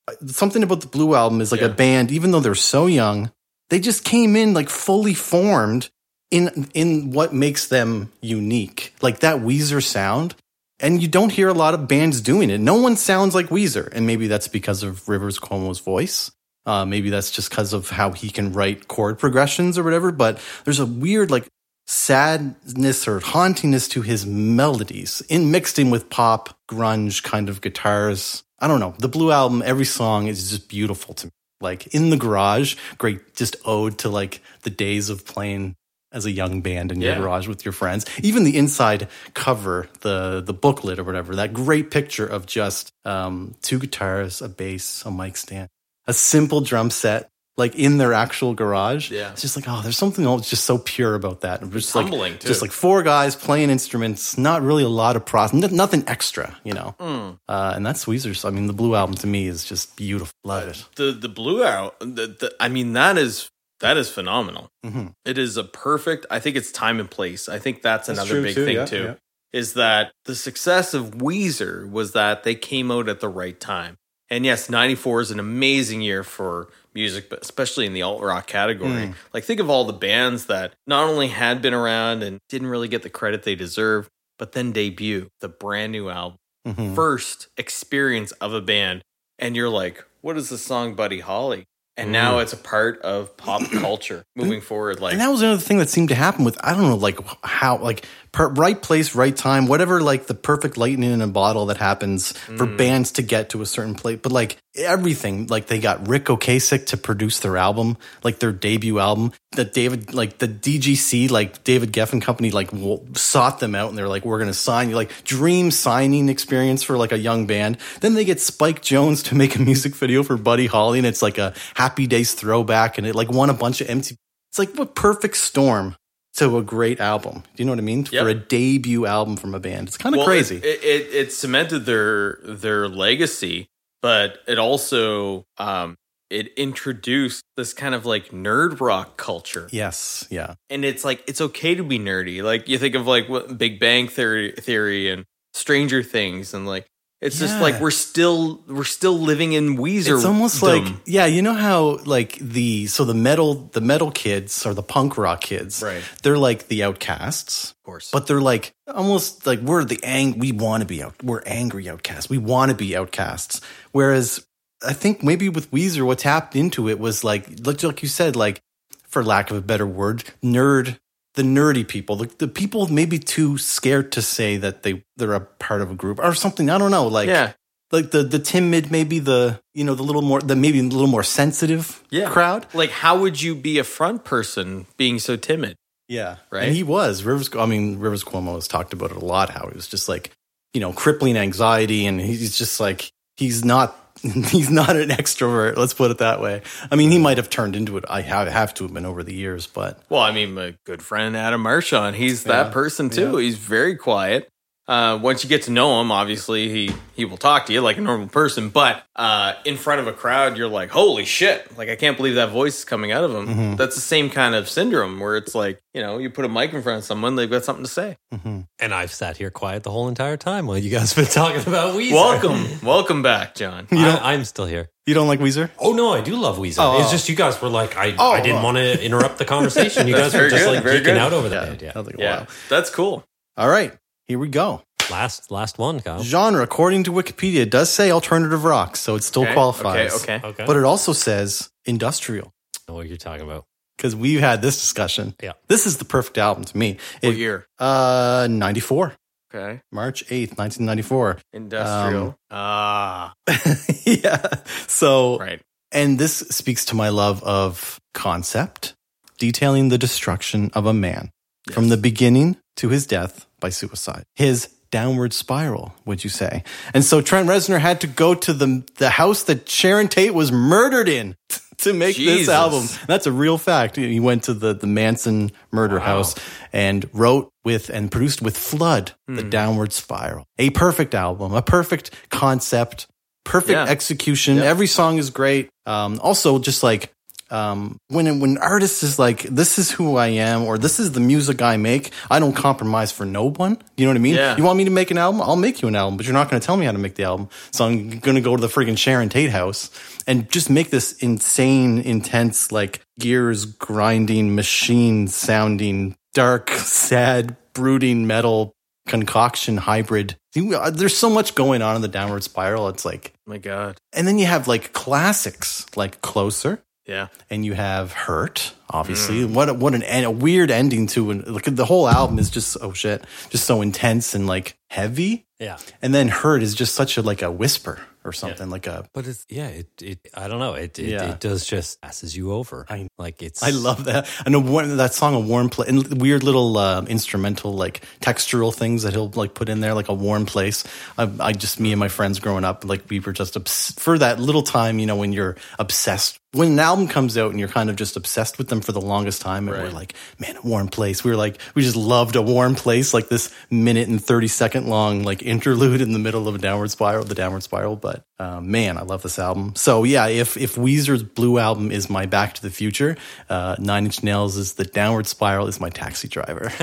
B: uh, something about the Blue album is like a band, even though they're so young, they just came in like fully formed in in what makes them unique. Like that Weezer sound. And you don't hear a lot of bands doing it. No one sounds like Weezer. And maybe that's because of Rivers Cuomo's voice. Uh, maybe that's just because of how he can write chord progressions or whatever. But there's a weird, like, sadness or hauntiness to his melodies in mixed in with pop, grunge kind of guitars. I don't know. The Blue Album, every song is just beautiful to me. Like, in the garage, great, just ode to like the days of playing as a young band in your
A: Yeah.
B: garage with your friends. Even the inside cover, the the booklet or whatever, that great picture of just um, two guitars, a bass, a mic stand, a simple drum set, like in their actual garage.
A: Yeah.
B: it's just like oh, there's something all just so pure about that. And just
A: Humbling,
B: like,
A: too.
B: Just like four guys playing instruments, not really a lot of process, nothing extra, you know.
A: Hmm.
B: Uh, and that's Weezer's. I mean, the Blue album to me is just beautiful. Love it.
A: the the blue out. The, the, I mean, that is that is phenomenal.
I: Mm-hmm.
B: Mhm.
A: It is a perfect. I think it's time and place. I think that's
I: That's
A: another
I: true,
A: big
I: too,
A: thing
I: yeah,
A: too.
I: yeah.
A: Is that the success of Weezer was that they came out at the right time. And yes, 94 is an amazing year for music, but especially in the alt rock category.
I: Mm.
A: Like think of all the bands that not only had been around and didn't really get the credit they deserved, but then debut the brand new album
B: Mhm.
A: first experience of a band and you're like what is the song buddy holly and now it's a part of pop culture moving forward like
B: and Mm. that was another thing that seemed to happen with I don't know like how like per, right place right time whatever like the perfect lightning in a bottle that happens for bands to get to a certain place but like everything like they got Rick Ocasek to produce their album like their debut album that David like the DGC like David Geffen company like w- sought them out and they're like we're gonna sign you like dream signing experience for like a young band then they get Spike Jones to make a music video for Buddy Holly and it's like a Happy Days throwback and it like won a bunch of MTV it's like what perfect storm to a great album. Do you know what I mean?
A: Yep.
B: For a debut album from a band, it's kind of
A: well,
B: crazy.
A: it, it, it, it cemented their their legacy but it also um it introduced this kind of like nerd rock culture
B: yes, yeah,
A: and it's like it's okay to be nerdy. Like you think of like what Big Bang Theory, theory and Stranger Things, and like it's just
B: Yeah.
A: like we're still we're still living in Weezer.
B: it's almost like yeah, you know how like the so the metal the metal kids or the punk rock kids,
A: Right.
B: They're like the outcasts,
A: of course,
B: but they're like almost like we're the ang we want to be out we're angry outcasts we want to be outcasts whereas i think maybe with weezer what tapped into it was like like like you said like for lack of a better word nerd the nerdy people the, the people maybe too scared to say that they they're a part of a group or something i don't know like
A: yeah,
B: like the the timid maybe the you know the little more the maybe a little more sensitive
A: Yeah.
B: crowd
A: like how would you be a front person being so timid?
B: Yeah.
A: Right?
B: And he was. Rivers I mean, Rivers Cuomo has talked about it a lot, how he was just like, you know, crippling anxiety and he's just like he's not he's not an extrovert, let's put it that way. I mean, he might have turned into it. I have have to have been over the years, but
A: Well, I mean, my good friend Adam Marchand, he's that person too. He's very quiet. Uh, once you get to know him, obviously he he will talk to you like a normal person. But uh, in front of a crowd, you're like, "Holy shit!" Like I can't believe that voice is coming out of him.
B: Mm-hmm.
A: That's the same kind of syndrome where it's like, you know, you put a mic in front of someone, they've got something to say.
C: And I've sat here quiet the whole entire time while you guys have been talking about Weezer.
A: Welcome, welcome back, John.
C: I, I'm still here.
B: you don't like Weezer?
C: Oh no, I do love Weezer.
B: Oh.
C: it's just you guys were like, I,
B: Oh.
C: I didn't want to interrupt the conversation. You
A: That's
C: guys were
A: very
C: just
A: good,
C: like
A: very
C: geeking
A: good.
C: out over the
B: Yeah.
C: band. Yeah.
B: I was like,
A: Yeah,
B: wow.
A: that's cool.
B: All right. Here we go.
C: Last last one, Kyle.
B: Genre, according to Wikipedia, does say alternative rock, so it still
A: Okay,
B: qualifies.
A: Okay, okay.
C: Okay.
B: But it also says industrial.
C: Oh, what you're talking about?
B: Because we've had this discussion.
C: Yeah.
B: This is the perfect album to me.
A: What
B: It-
A: year?
B: Uh, 94.
A: Okay,
B: March 8th, 1994.
A: industrial.
B: Um,
A: Ah,
B: yeah. So,
A: right.
B: and this speaks to my love of concept, detailing the destruction of a man from the beginning to his death by suicide, his downward spiral, would you say? And so Trent Reznor had to go to the the house that Sharon Tate was murdered in to make this
A: Jesus.
B: album. That's a real fact. He went to the the Manson murder house and wrote with and produced with Flood, The Downward Spiral. A perfect album, a perfect concept, perfect
A: Yeah.
B: execution. Every song is great. Um, also, just like um, when when an artist is like, "This is who I am," or "This is the music I make," I don't compromise for no one. You know what I mean?
A: Yeah.
B: You want me to make an album? I'll make you an album, but you're not going to tell me how to make the album. So I'm going to go to the freaking Sharon Tate house and just make this insane, intense, like gears grinding, machine sounding, dark, sad, brooding metal concoction hybrid. You- uh, There's so much going on in the downward spiral. It's like,
A: my God.
B: and then you have like classics like Closer
A: Yeah.
B: and you have hurt obviously what a, what an en- a weird ending to an like the whole album is just oh shit just so intense and like heavy
C: Yeah.
B: and then hurt is just such a like a whisper or something like a
C: But it's yeah, it, it I don't know. It it,
B: Yeah.
C: it does just passes you over.
B: I-
C: like it's
B: I love that. And a warm, that song, a warm place, and weird little um instrumental, like textural things that he'll like put in there, like a warm place. I, I just, me and my friends growing up, like we were just obs- for that little time, you know, when you're obsessed, when an album comes out and you're kind of just obsessed with them for the longest time, and we're like, man, a warm place. We were like, we just loved a warm place, like this minute and thirty second long like interlude in the middle of a downward spiral, the downward spiral. But uh, man, I love this album. So yeah, if if Weezer's Blue album is my Back to the Future, uh, Nine Inch Nails is the Downward Spiral is my Taxi Driver.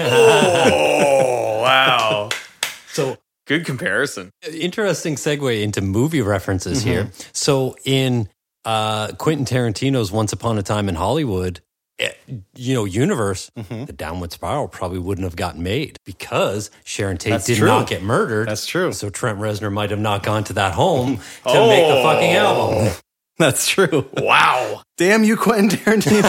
A: Oh, wow.
C: so
A: Good comparison.
C: interesting segue into movie references here.
B: Mm-hmm.
C: So in uh, Quentin Tarantino's Once Upon a Time in Hollywood, eh, you know, universe,
B: Mm-hmm.
C: the Downward Spiral probably wouldn't have gotten made because Sharon Tate
B: That's
C: did
B: true.
C: not get murdered.
B: That's true.
C: So Trent Reznor might have not gone to that home to make the fucking album.
B: Oh. That's true.
A: Wow.
B: Damn you, Quentin Tarantino.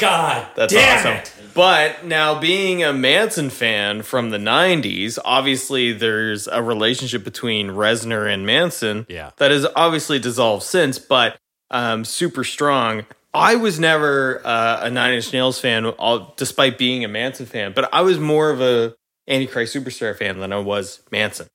C: God,
A: That's
C: damn
A: awesome.
C: it.
A: But now, being a Manson fan from the 90s, obviously there's a relationship between Reznor and Manson
C: Yeah.
A: that has obviously dissolved since, but um, super strong. I was never uh, a Nine Inch Nails fan, all, despite being a Manson fan, but I was more of a Antichrist Superstar fan than I was Manson.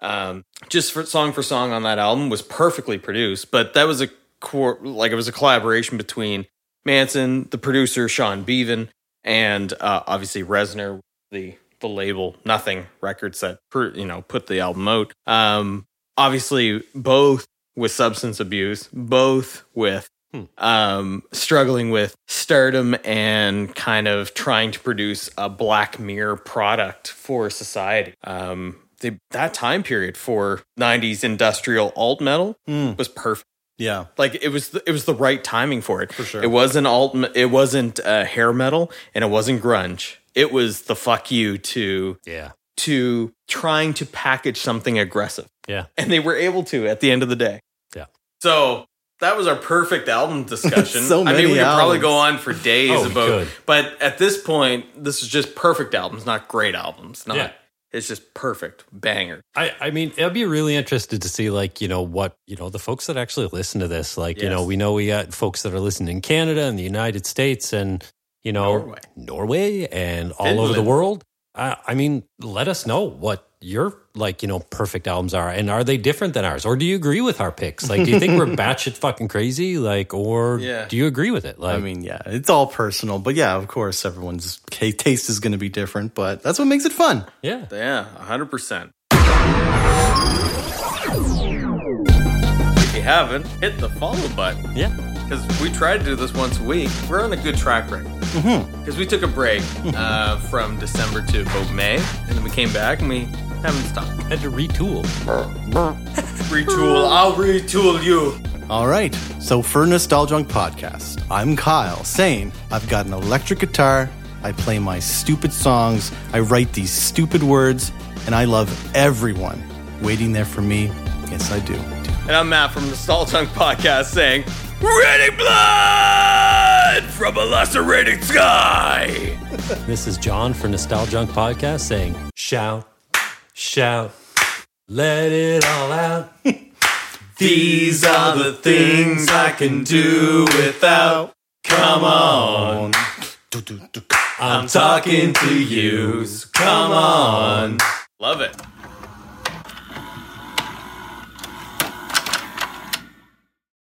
A: Um, just for song for song on that album was perfectly produced, but that was a core, like it was a collaboration between Manson, the producer Sean Beavan, and uh, obviously Reznor, the the label Nothing Records that per, you know put the album out. Um, obviously, both with substance abuse, both with um, struggling with stardom and kind of trying to produce a Black Mirror product for society. Um, they, that time period for '90s industrial alt metal was perfect
B: yeah.
A: like it was the, it was the right timing for it. For sure, it wasn't alt. It wasn't uh, hair metal, and it wasn't grunge. It was the fuck you to
C: Yeah.
A: to trying to package something aggressive,
C: Yeah.
A: and they were able to at the end of the day.
C: Yeah.
A: So that was our perfect album discussion.
B: So
A: I mean,
B: many
A: we could probably
B: albums.
A: go on for days
C: Oh, we
A: about.
C: could.
A: But at this point, this is just perfect albums, not great albums. Not.
C: Yeah.
A: It's just perfect banger.
C: I, I mean, I'd be really interested to see, like, you know, what, you know, the folks that actually listen to this, like, you
A: Yes.
C: know, we know we got folks that are listening in Canada and the United States and, you know,
A: Norway.
C: Norway and all over the
A: Finland.
C: world. I, I mean, let us know what your, like, you know, perfect albums are and are they different than ours? Or do you agree with our picks? Like, do you think we're batshit fucking crazy? Like, or
A: Yeah.
C: do you agree with it? Like,
B: I mean, yeah, it's all personal, but yeah, of course, everyone's ca- taste is going to be different, but that's what makes it fun.
C: yeah.
A: Yeah, 100%. If you haven't, hit the follow button
C: Yeah.
A: because we try to do this once a week. We're on a good track right now because we took a break uh, from December to about May and then we came back and we haven't stopped.
C: Had to retool.
A: Retool, I'll retool you.
B: All right. So for Nostalgia Junk Podcast, I'm Kyle saying I've got an electric guitar. I play my stupid songs. I write these stupid words, and I love everyone waiting there for me. Yes, I do.
A: And I'm Matt from the Stall Tongue Podcast saying, Ready blood from a lacerating sky.
C: This is John for Nostalgia Junk Podcast saying, shout, shout, let it all out.
A: These are the things I can do without. Come on. I'm talking to you. so Come on. Love it.